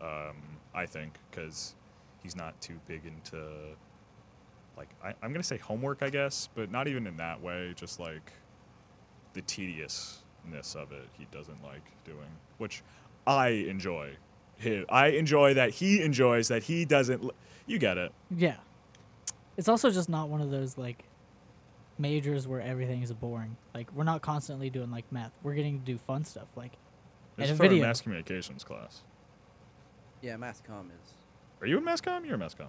C: Um, I think because he's not too big into like I, I'm gonna say homework, I guess, but not even in that way. Just like the tediousness of it, he doesn't like doing, which I enjoy. He- I enjoy that he enjoys that he doesn't. Li- you get it.
B: yeah it's also just not one of those like majors where everything is boring like we're not constantly doing like math we're getting to do fun stuff like
C: It's
B: and a
C: for a
B: video
C: mass communications class.
A: Yeah, mass comm is.
C: Are you in mass comm? You're in mass comm.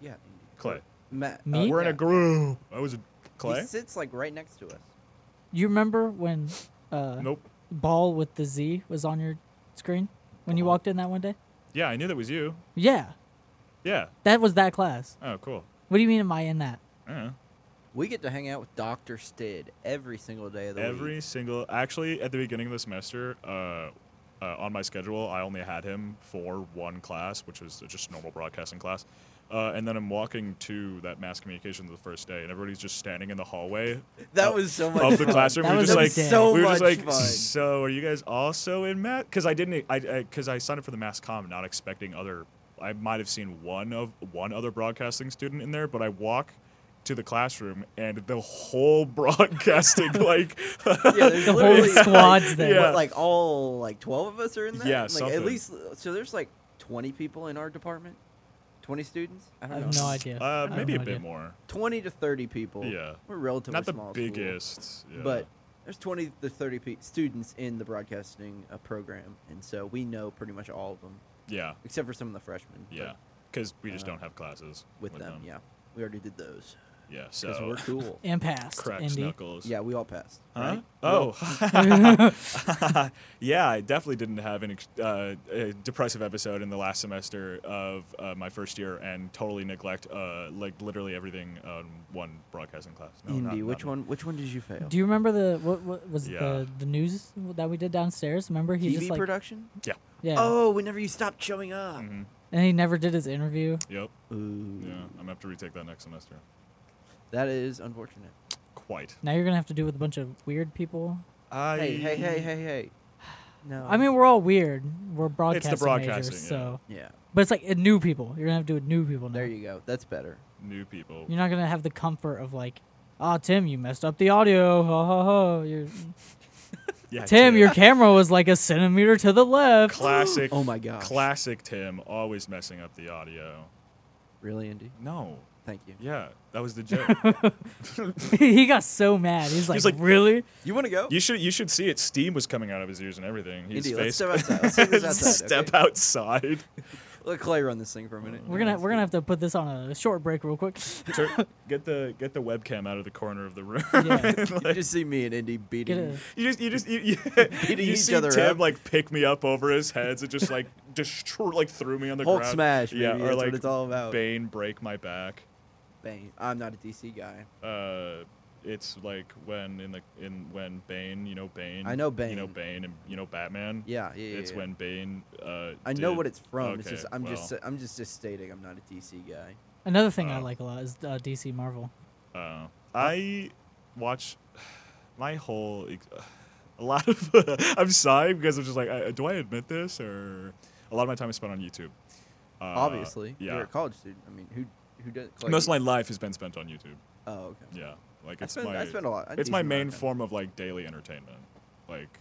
A: Yeah.
C: Clay.
A: Ma- oh,
B: Me?
C: Uh, We're in
A: yeah.
C: a group. I was a Clay.
A: He sits like right next to us.
B: you remember when uh
C: Nope.
B: ball with the z was on your screen when
C: Uh-huh.
B: you walked in that one day
C: Yeah, I knew that was you.
B: yeah
C: Yeah.
B: that was that class
C: Oh, cool. Uh-huh.
B: What do you mean am I in that?
C: I don't know.
A: We get to hang out with Doctor Stid every single day of the
C: Every
A: week.
C: single. Actually, at the beginning of the semester, uh, uh, on my schedule, I only had him for one class, which was just normal broadcasting class. Uh, and then I'm walking to that mass communication the first day, and everybody's just standing in the hallway
A: That
C: of-
A: was so much.
C: of the
A: fun.
C: classroom.
B: That
C: we were
B: was
C: just like,
B: insane.
A: so
C: we were
A: much
C: just like,
A: fun.
C: so are you guys also in math? Because I didn't, e, I because I, signed up for the mass comm, not expecting other. I might have seen one of one other broadcasting student in there, but I walk to the classroom and the whole broadcasting like
A: yeah, there's
B: The whole
A: literally, like,
B: squad's there.
A: what,
C: Yeah.
A: like all like twelve of us are in there.
C: Yeah,
A: like at
C: something.
A: least so there's like twenty people in our department. Twenty students. I
B: I
A: don't
B: have
A: know.
B: no idea. I
C: uh,
B: have
C: maybe a
B: no
C: bit
B: idea.
C: more.
A: Twenty to thirty people.
C: Yeah.
A: we're relatively
C: Not the
A: small school,
C: biggest, yeah.
A: but there's twenty to thirty pe- students in the broadcasting uh, program, and so we know pretty much all of them
C: yeah,
A: except for some of the freshmen. but
C: yeah, because we just
A: Uh,
C: don't have classes
A: with, them, yeah, we already did those
C: yeah. So
A: because we're cool.
B: And past.
C: cracks
B: Indy.
C: knuckles.
A: yeah, we all passed.
C: Huh?
A: Right?
C: Oh, yeah. I definitely didn't have an ex- uh, a depressive episode in the last semester of uh, my first year, and totally neglect uh, like literally everything on one broadcasting class. No, not-
A: Indy,
C: not
A: which
C: me.
A: one? Which one did you fail?
B: Do you remember the what, what was
C: Yeah.
B: the the news that we did downstairs? Remember he
A: TV
B: just like
A: production?
C: Yeah.
B: yeah,
A: Oh, whenever you stopped showing up.
C: Mhm.
B: and he never did his interview.
C: Yep.
A: Ooh,
C: Yeah. I'm gonna have to retake that next semester.
A: that is unfortunate.
C: Quite.
B: Now you're gonna have to do with a bunch of weird people.
C: I,
A: Hey, hey, hey, hey, hey. No.
B: I mean, we're all weird. We're broadcasting,
C: broadcasting,
B: majors,
C: yeah.
B: so
A: yeah.
B: but it's like uh, new people. You're gonna have to do with new people now.
A: There you go. That's better.
C: New people.
B: You're not gonna have the comfort of like, ah, Tim, you messed up the audio. Ha ha ha. You're
C: Yeah,
B: Tim, your camera was like a centimeter to the left.
C: classic.
A: Oh my gosh.
C: Classic Tim, always messing up the audio.
A: Really, Indy?
C: No.
A: Thank you.
C: Yeah, that was the joke.
B: he got so mad. He's like,
C: He's like,
B: really?
A: You want to go?
C: you should you should see it. Steam was coming out of his ears and everything. His
A: Indy, let's
C: face.
A: step outside. Let's take this outside.
C: Step
A: okay?
C: outside.
A: Let Clay run this thing for a minute.
B: We're gonna we're gonna have to put this on a short break real quick.
C: Tur- get the get the webcam out of the corner of the room.
B: Yeah.
A: You
C: Like,
A: just see me and Indy
B: Get
A: beating.
B: a,
C: you just you just you, you,
A: Beating
C: you
A: each
C: see
A: other
C: Tim
A: up.
C: like pick me up over his heads and just like destroy like threw me on the
A: Hulk
C: ground.
A: smash,
C: Yeah,
A: baby,
C: or
A: that's what
C: like
A: it's all about.
C: Bane break my back.
A: Bang. I'm not a DC guy.
C: uh, it's like when in the in when Bane, you know Bane.
A: I know
C: You
A: Bane.
C: know Bane and you know Batman.
A: Yeah, yeah, yeah.
C: It's
A: yeah.
C: when Bane. Uh,
A: I know
C: did-
A: what it's from. it's
C: okay,
A: just I'm just
C: well,
A: I'm just just stating I'm not a DC guy.
B: another thing I
C: Oh.
B: like a lot is uh, DC Marvel.
C: uh, I watch my whole ex- a lot of. I'm sorry because I'm just like, I, do I admit this or a lot of my time is spent on YouTube. Uh,
A: Obviously,
C: Yeah.
A: you're a college student. I mean, who who does? Clay,
C: Most of
A: you-
C: my life has been spent on YouTube.
A: Oh, okay.
C: Yeah. Like
A: I
C: it's
A: spend
C: my.
A: I spend a lot. a
C: it's
A: decent
C: my
A: amount
C: main
A: of time.
C: form of like daily entertainment. Like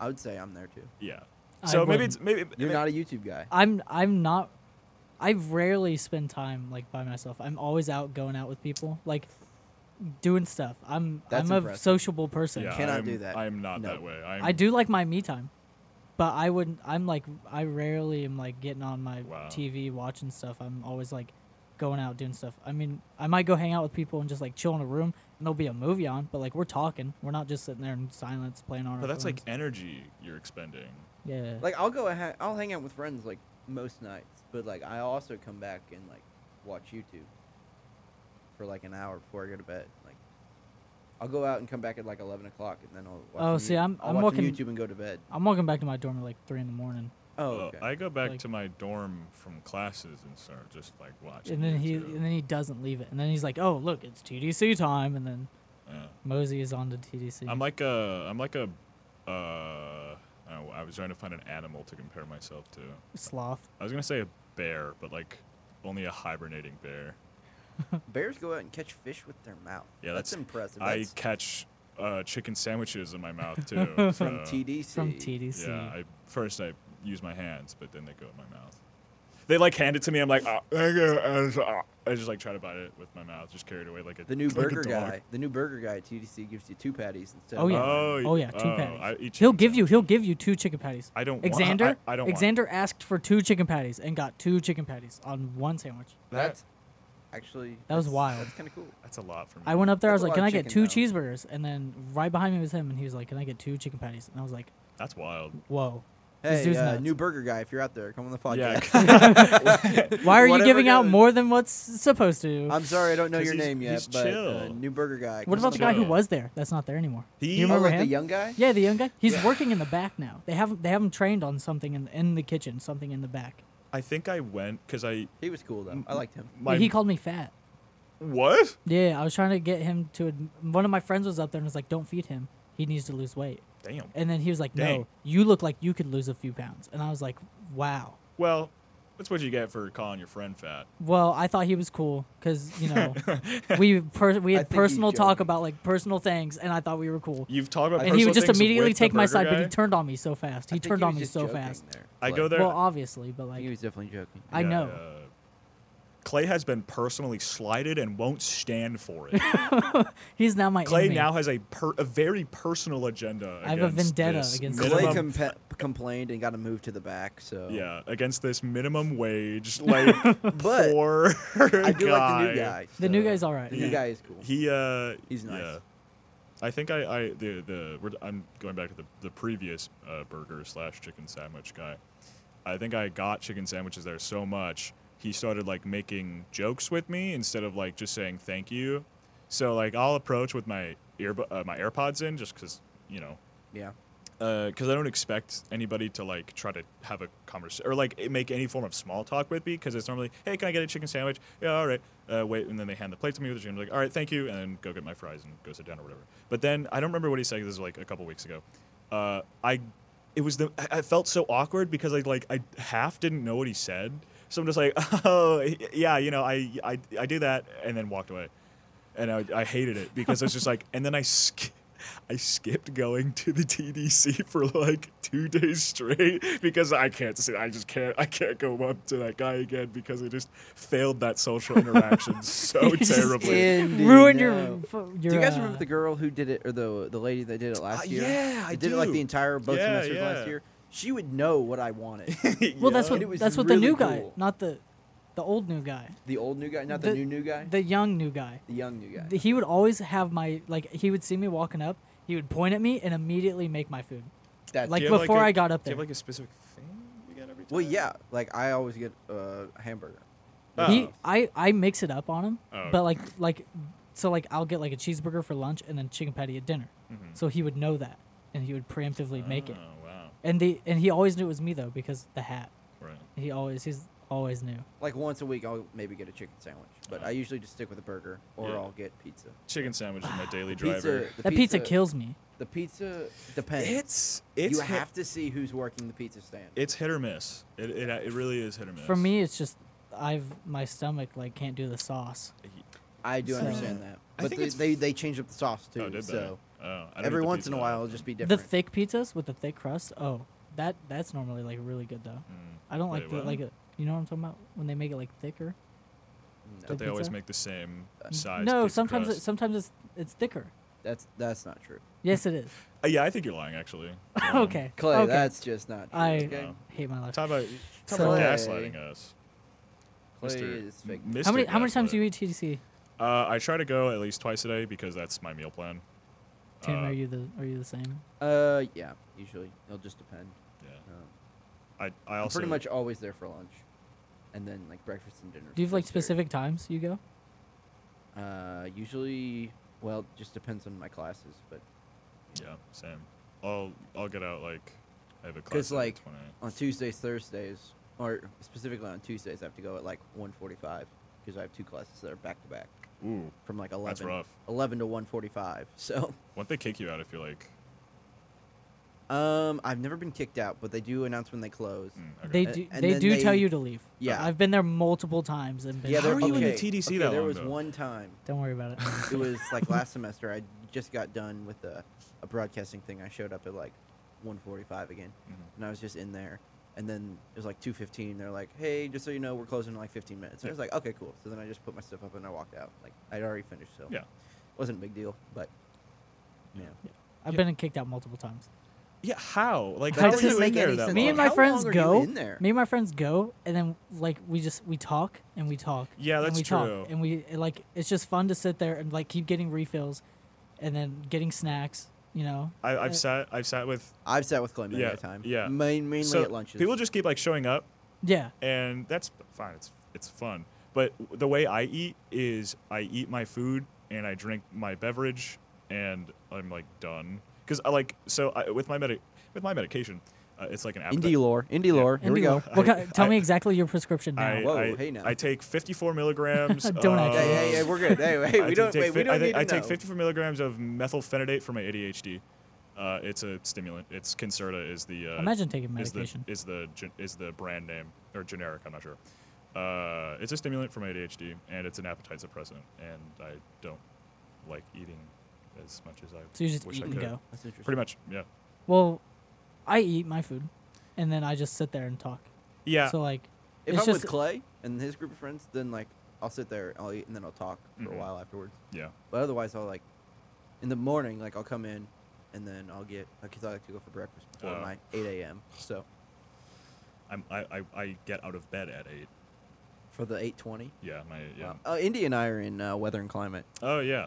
A: I would say I'm there too.
C: yeah.
B: I
C: So maybe
B: wouldn't.
C: it's maybe
A: You're
C: may-
A: not a YouTube guy.
B: I'm I'm not. I rarely spend time like by myself. I'm always out going out with people, like doing stuff. I'm
A: That's
B: I'm a
A: impressive.
B: sociable person.
C: Yeah,
A: cannot
C: I'm,
A: do that.
C: I'm not
A: No.
C: that way. I'm,
B: I do like my me time, but I wouldn't. I'm like I rarely am like getting on my
C: Wow.
B: TV watching stuff. I'm always like going out doing stuff. I mean, I might go hang out with people and just like chill in a room, and there'll be a movie on. But like we're talking, we're not just sitting there in silence playing on.
C: But
B: our
C: that's like
B: phones.
C: energy you're expending.
B: yeah.
A: Like I'll go ahead. I'll hang out with friends like most nights, but like I also come back and like watch YouTube for like an hour before I go to bed. Like I'll go out and come back at like eleven o'clock, and then I'll. Watch
B: Oh,
A: some
B: see,
A: Yo-
B: I'm-
A: I'll
B: I'm
A: watch some
B: walking-
A: YouTube and go to bed.
B: I'm walking back to my dorm at like three in the morning,
A: Oh,
C: Uh,
A: okay.
C: I go back
B: Like-
C: to my dorm from classes and start just like watching.
B: and then he
C: YouTube.
B: and then he doesn't leave it, and then he's like, "Oh, look, it's TDC time," and then
C: Yeah.
B: Mosey is on to TDC.
C: I'm like a I'm like a uh I, don't know, I was trying to find an animal to compare myself to.
B: sloth.
C: I was gonna say a bear, but like only a hibernating bear.
A: Bears go out and catch fish with their mouth.
C: Yeah,
A: that's,
C: that's-
A: impressive.
C: I
A: That's
C: catch uh, chicken sandwiches in my mouth too.
A: from
C: so-
A: TDC.
B: From TDC.
C: Yeah, I first I use my hands, but then they go in my mouth. They like hand it to me. I'm like, "Ah, thank you," and so, ah, I just like try to bite it with my mouth, just carried away like a
A: The new
C: like a
A: burger
C: dog.
A: guy. The new burger guy at TDC gives you two patties instead.
B: Oh,
A: of
B: yeah.
A: one.
C: Oh,
B: Oh yeah, two
C: oh,
B: patties.
C: I eat
B: he'll
C: chicken
B: give you he'll give you two chicken patties.
C: I don't want-
B: Xander.
C: I- I don't want-
B: Xander asked for two chicken patties and got two chicken patties on one sandwich.
A: that's actually
B: That was
A: that's-
B: wild.
A: That's kind of cool.
C: That's a lot for me.
B: I went up there.
A: That's
B: I
A: a
B: was like,
A: lot
B: "Can
A: of
B: I get two
A: chicken, though.
B: cheeseburgers?" And then right behind me was him, and he was like, "Can I get two chicken patties?" And I was like,
C: That's wild.
B: "Whoa, this
A: Hey,
B: dude's
A: uh,
B: nuts."
A: new burger guy, if you're out there, come on the
C: Yeah,
A: podcast.
B: Why are you
A: whatever
B: giving out
A: goes.
B: more than what's supposed to?"
A: I'm sorry, I don't know
C: 'Cause
A: your
C: he's-
A: name yet,
C: he's
A: but uh,
C: chill.
A: new burger guy.
B: what
A: comes
B: about the
A: to
B: guy who
C: Chill.
B: was there? That's not there anymore. Do
C: He-
B: you remember
A: oh, like
B: him?
A: the young guy?
B: yeah, the young guy. He's working in the back now. They haven't they haven't trained on something in in the kitchen, something in the back.
C: I think I went because I
A: He was cool though. I liked him.
C: my
B: he called me fat.
C: what?
B: Yeah, I was trying to get him to. ad- One of my friends was up there and was like, "Don't feed him. He needs to lose weight."
C: Damn.
B: And then he was like, "No,
C: Dang.
B: you look like you could lose a few pounds." And I was like, "Wow."
C: Well, that's what you get for calling your friend fat.
B: Well, I thought he was cool because you know we per- we
A: I
B: had
A: think he's
B: personal talk
A: joking.
B: about like personal things, and I thought we were cool.
C: You've talked about.
B: and he
C: personal
B: would just
C: things
B: immediately
C: with the
B: take my
C: burger
B: side, but he
C: guy?
B: turned on me so fast.
A: I
B: He
A: think
B: turned
A: was
B: on me
A: just
B: so
A: joking
B: fast.
A: there.
C: I go
A: Like,
C: there-
B: Well, obviously, but
A: I think he
B: like
A: was definitely joking.
B: I
C: Yeah,
B: know.
C: uh, Clay has been personally slighted and won't stand for it.
B: he's now my
C: Clay
B: enemy.
C: now has a per, a very personal agenda.
B: I have a
C: against
B: vendetta
C: this
B: against
A: Clay
C: minimum,
A: compa- complained and got a move to the back. So
C: Yeah, against this minimum wage, like
A: But
C: poor
A: I do
C: guy.
A: like the new guy.
B: The new
A: so-
B: guy's all right.
A: The new
C: Yeah.
A: guy is cool.
C: He uh,
A: He's nice.
C: Yeah. I think I, I the the we're, I'm going back to the the previous uh, burger slash chicken sandwich guy. I think I got chicken sandwiches there so much he started like making jokes with me instead of like just saying thank you. So like I'll approach with my ear uh, my AirPods in just because you know
A: yeah.
C: because uh, I don't expect anybody to like try to have a conversation or like eh, make any form of small talk with me because it's normally, hey, can I get a chicken sandwich? Yeah, all right. Uh, wait, and then they hand the plate to me with the chicken. like, all right, thank you, and then go get my fries and go sit down or whatever. But then I don't remember what he said. This was like a couple weeks ago. Uh, I, it was the I I felt so awkward because I like I half didn't know what he said, so I'm just like, oh yeah, you know, I I I do that, and then walked away and I, I hated it because it's just like, and then I sk- I skipped going to the TDC for like two days straight because I can't sit. I just can't. I can't go up to that guy again because I just failed that social interaction so
B: He's just
C: terribly.
A: Indy,
B: Ruin your,
A: no.
B: f- your.
A: Do you guys
B: uh,
A: remember the girl who did it, or the the lady that did it last
D: Uh,
A: year?
D: yeah, I
A: That did it like
D: do.
A: the entire both
C: Yeah,
A: semesters last
C: yeah.
A: year. She would know what I wanted.
B: Well, that's
C: Yeah.
A: And it was
B: what that's what the
A: really
B: new guy,
A: cool.
B: not the, the old new guy,
A: the old new guy, not the,
B: The-
A: new new guy,
B: the young new guy.
A: the young new guy.
B: Th- He would always have my like. He would see me walking up. He would point at me and immediately make my food.
A: That's
B: like
C: Do you have,
B: before
C: a-
B: I got up
D: Do you
B: there.
D: have like a specific thing you got every time?
A: well, yeah. Like I always get uh, a hamburger.
C: Oh.
B: He, I, I mix it up on him,
C: Oh.
B: but like, like, so like, I'll get like a cheeseburger for lunch and then chicken patty at dinner. So he would know that, and he would preemptively make it.
C: Mm-hmm. Oh wow!
B: And the and he always knew it was me though because the hat.
C: Right.
B: He always he's always knew.
A: Like once a week, I'll maybe get a chicken sandwich, but I usually just stick with a burger, or
C: Uh-huh. Yeah.
A: I'll get pizza.
C: Chicken sandwich is my daily
A: Pizza.
C: driver.
A: The
B: that pizza, kills me.
A: The pizza depends.
C: It's it's
A: you
C: hit,
A: have to see who's working the pizza stand.
C: it's hit or miss. It, it it really is hit or miss.
B: For me, it's just I've my stomach like can't do the sauce.
A: I do
B: So-
A: understand that,
C: I
A: but
C: think
A: they,
C: it's
A: they they changed up the sauce too.
C: oh, did they?
A: so
C: Oh, I don't eat
A: every
C: the
A: once in a
C: pizza
A: while,
C: that
A: it'll
C: often.
A: just be different.
B: The thick pizzas with the thick crust. Oh, that that's normally like really good though. I don't like
C: Wait,
B: the
C: what?
B: like uh, you know what I'm talking about when they make it like thicker.
A: No,
C: Don't they always
B: pizza? Uh,
C: make the same size?
B: no,
C: pizza
B: sometimes it,
C: crust?
B: sometimes it's it's thicker.
A: that's that's not true.
B: Yes, it is.
C: Uh, yeah, I think you're lying actually. Um,
B: okay.
A: Clay,
B: okay.
A: that's just not true.
B: I
A: okay?
C: Wow.
B: hate my life.
C: Talk about, talk
B: So-
C: about gaslighting us.
A: Clay
C: Mr.
A: is fake.
C: Mr.
B: how many how many times
C: gaslight.
B: do you eat TDC?
C: Uh, I try to go at least twice a day because that's my meal plan.
B: Tim,
C: Uh,
B: are you the are you the same?
A: Uh, yeah, usually it'll just depend.
C: Yeah.
A: Um,
C: I, I
A: I'm
C: also
A: pretty much always there for lunch, and then like breakfast and dinner.
B: Do you have like
A: is there.
B: specific times you go?
A: Uh, usually, well, it just depends on my classes, but
C: yeah same. I'll I'll get out like I have a class
A: 'Cause,
C: at
A: like,
C: 20.
A: on Tuesdays, Thursdays, or specifically on Tuesdays, I have to go at like 1:45 because I have two classes that are back to back
C: Ooh,
A: from like 11.
C: rough.
A: 11 to 1:45. So,
C: won't they kick you out if you're like?
A: um, I've never been kicked out, but they do announce when they close.
C: Mm, okay.
B: They
A: A-
B: do.
A: and
B: they
A: then
B: do tell
A: they-
B: you to leave.
A: Yeah.
B: I've been there multiple times and been.
A: Yeah,
C: How
A: they're
C: are you in the
A: okay,
C: TDC
A: okay,
C: that
A: There
C: long,
A: was
C: though?
A: one time
B: Don't worry about it.
A: it was like last semester i just got done with a, a broadcasting thing i showed up at like 1.45 again
C: Mhm.
A: and i was just in there and then it was like 2.15 they're like hey just so you know we're closing in like 15 minutes and i was like okay cool so then i just put my stuff up and i walked out like i'd already finished so
C: Yeah.
A: wasn't a big deal but yeah
B: I've been kicked out multiple times.
C: Yeah, how? Like,
A: That
C: how are
A: doesn't
C: you
A: make
C: in there
A: any
C: that
A: sense.
B: Me
C: long?
B: and my
A: How
B: friends
A: long are you
B: go.
A: in there?
B: Me and my friends go, and then like we just we talk and we talk.
C: Yeah,
B: and
C: that's
B: we talk,
C: true.
B: and we and, like it's just fun to sit there and like keep getting refills, and then getting snacks. You know.
C: I, I've
B: Uh,
C: sat I've sat with
A: i've sat with clay many
C: Yeah,
A: a time
C: yeah.
A: Main, mainly
C: so
A: at lunches
C: people just keep like showing up
B: Yeah.
C: and that's fine. It's it's fun. But the way I eat is I eat my food and I drink my beverage and I'm like done because I like so I, with my medi- with my medication, uh, it's like an appetite.
A: indie lore indie lore here we go
B: Andy, What
C: I-
B: ki- tell
C: I-
B: me exactly your prescription now.
C: I,
A: Whoa,
C: I,
A: hey now.
C: I take 54 milligrams.
B: Don't
C: of-
B: act-
A: yeah yeah yeah we're good hey, hey
C: I
A: we
C: do
A: don't
C: take
A: wait we
C: fif-
A: don't
C: I,
A: need
C: think-
A: to
C: I take
A: know.
C: 54 milligrams of methylphenidate for my ADHD. Uh, it's a stimulant. It's Concerta is the uh,
B: Imagine taking
C: is the
B: medication.
C: is the gen- is the brand name or generic? I'm not sure. Uh, it's a stimulant for my ADHD and it's an appetite suppressant, and I don't like eating as much as I.
B: So you just
C: wish
B: eat
C: I
B: and
C: could.
B: go.
A: That's interesting.
C: Pretty much, yeah.
B: Well, I eat my food, and then I just sit there and talk.
C: Yeah.
B: So like,
A: If
B: it's
A: I'm
B: just
A: with Clay and his group of friends, then like I'll sit there, I'll eat, and then I'll talk for
C: Mhm.
A: a while afterwards.
C: yeah.
A: But otherwise, I'll like in the morning, like I'll come in, and then I'll get because I like to go for breakfast before
C: Oh.
A: my 8 a.m. So
C: I'm, I, I I get out of bed at eight.
A: for the 8:20.
C: Yeah. My yeah.
A: Wow. Uh, Indy and I are in uh, weather and climate,
C: Oh yeah.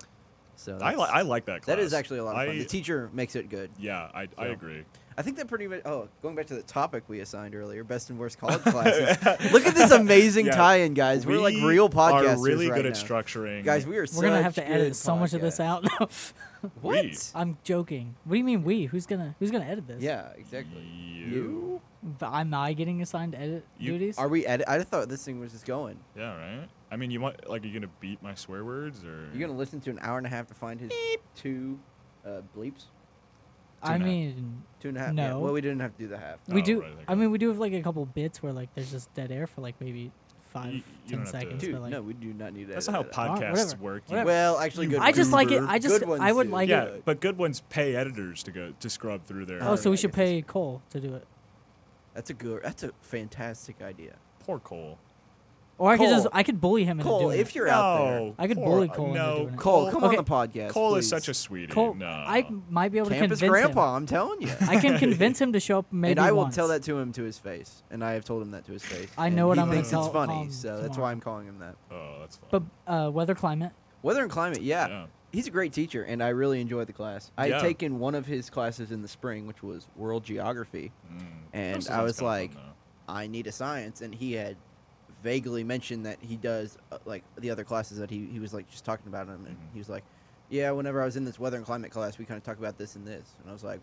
A: so
C: I li-
A: that's-
C: I like that class.
A: that is actually a lot of fun.
C: I-
A: The teacher makes it good.
C: Yeah, I, I
A: So.
C: agree.
A: I think that pretty much. Oh, going back to the topic we assigned earlier, best and worst college classes. Look at this amazing
C: Yeah.
A: tie-in, guys. We're like
C: We
A: real podcasters
C: Are really
A: right
C: good at
A: now.
C: structuring.
A: Guys, we are.
B: we're gonna have
A: such
B: to edit
A: good
B: so much of this
A: podcasts.
B: out.
A: What?
B: I'm joking. What do you mean we? Who's gonna Who's gonna edit this?
A: Yeah, exactly.
C: You.
B: But am I getting assigned edit
C: You
B: duties?
A: Are we edit? I thought this thing was just going.
C: Yeah, right. I mean, you want like, are you gonna beat my swear words or?
A: You're gonna listen to an hour and a half to find his two uh, bleeps,
B: I
C: Two and a half.
B: mean,
A: two and a half. yeah.
B: No.
A: well, we didn't have to do the half.
B: we
C: Oh,
B: do.
C: right, okay.
B: I mean, we do have like a couple bits where like there's just dead air for like maybe five,
C: You- you
B: ten
C: don't have to-
B: seconds.
A: Dude,
B: but like,
A: no, we do not need that. Uh,
C: That's not how
B: All right,
C: podcasts
B: whatever,
C: work. you
B: whatever.
A: Well, actually,
C: You
A: good.
B: I just like it.
A: goober.
B: I just
A: Good
B: I
A: ones
B: would
A: do.
B: like
C: yeah,
B: it.
C: but good ones pay editors to go to scrub through their.
B: Oh, so we
A: yeah, I
B: should
A: guess that's
B: pay Cole to do it,
A: That's a good. That's a fantastic idea.
C: poor Cole.
B: or I could just
A: Cole.
B: I could bully him into
A: Cole,
B: doing
A: if
B: it.
A: you're
C: no,
A: out there,
B: I could
C: poor-
B: bully Cole into
C: No,
B: doing it.
A: Cole, come
B: Okay.
A: on the podcast.
C: Cole is
A: please.
C: such a sweetie.
B: Cole,
C: no,
B: I might be able to
A: campus
B: convince
A: grandpa. I'm telling you.
B: him. I can convince him to show up maybe
A: and I will
B: once.
A: tell that to him to his face, and I have told him that to his face.
B: I
A: and
B: know what
A: he
B: I'm gonna
A: thinks it's
B: tell- call
A: funny,
B: him
A: so that's
B: tomorrow.
A: why I'm calling him that.
C: oh, that's fun.
B: But uh, weather climate.
A: Weather and climate, yeah.
C: Yeah.
A: He's a great teacher, and I really enjoyed the class. I
C: Yeah.
A: had taken one of his classes in the spring, which was world geography,
C: Mm.
A: and
C: Those
A: I
C: sounds
A: was
C: kinda fun,
A: like,
C: though.
A: I need a science, and he had vaguely mentioned that he does uh, like the other classes that he, he was like just talking about them, and
C: Mhm.
A: he was like, yeah, whenever I was in this weather and climate class, we kind of talked about this and this, and I was like,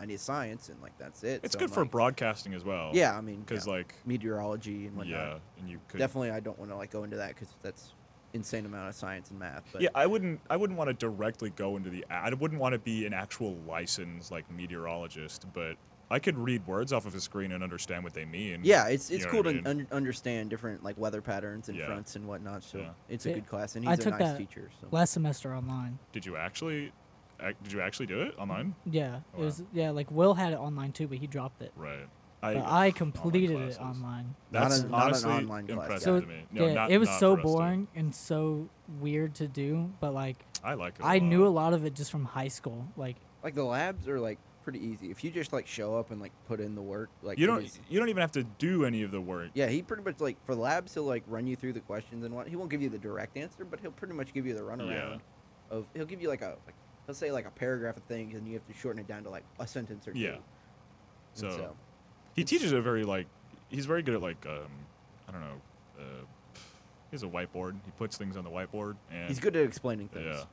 A: I need science, and like that's it.
C: it's
A: So
C: good
A: I'm
C: for
A: like,
C: broadcasting as well.
A: yeah, I mean,
C: because
A: yeah,
C: like,
A: meteorology and whatnot.
C: yeah, and you could
A: Definitely, I don't want to like go into that because that's insane amount of science and math. But
C: yeah, I wouldn't. I wouldn't want to directly go into the. I wouldn't want to be an actual licensed like meteorologist, but I could read words off of a screen and understand what they mean.
A: Yeah, it's
C: You
A: it's
C: know
A: cool
C: what I
A: to
C: mean?
A: un- understand different like weather patterns and
C: Yeah.
A: fronts and whatnot. So
C: Yeah.
A: it's a
B: Yeah.
A: good class, and
B: I
A: he's a
B: took
A: nice
B: that
A: teacher. So
B: Last semester online.
C: Did you actually? ac- Did you actually do it online?
B: Yeah,
C: Wow.
B: it was yeah. Like Will had it online too, but he dropped it.
C: Right.
B: But Uh, I
C: online
B: completed it
C: classes.
B: online.
A: Not
C: That's
A: an- not an
C: honestly
A: online class,
C: impressive
B: So
C: to me. No,
B: yeah,
C: not-
B: it was
C: not
B: so
C: for us to-
B: boring and so weird to do, but like
C: I like it.
B: I knew a
C: lot.
B: lot of it just from high school. Like
A: like the labs are like pretty easy if you just like show up and like put in the work. Like
C: You
A: it
C: don't.
A: is-
C: You don't even have to do any of the work.
A: Yeah, he pretty much like for labs he'll like run you through the questions and what he won't give you the direct answer, but he'll pretty much give you the runaround of he'll give you like a like he'll say like a paragraph of things and you have to shorten it down to like a sentence or two.
C: Yeah.
A: And
C: So, he teaches a very like. He's very good at like. Um, I don't know. Uh, he has a whiteboard. He puts things on the whiteboard, and
A: he's good at explaining things.
C: Yeah.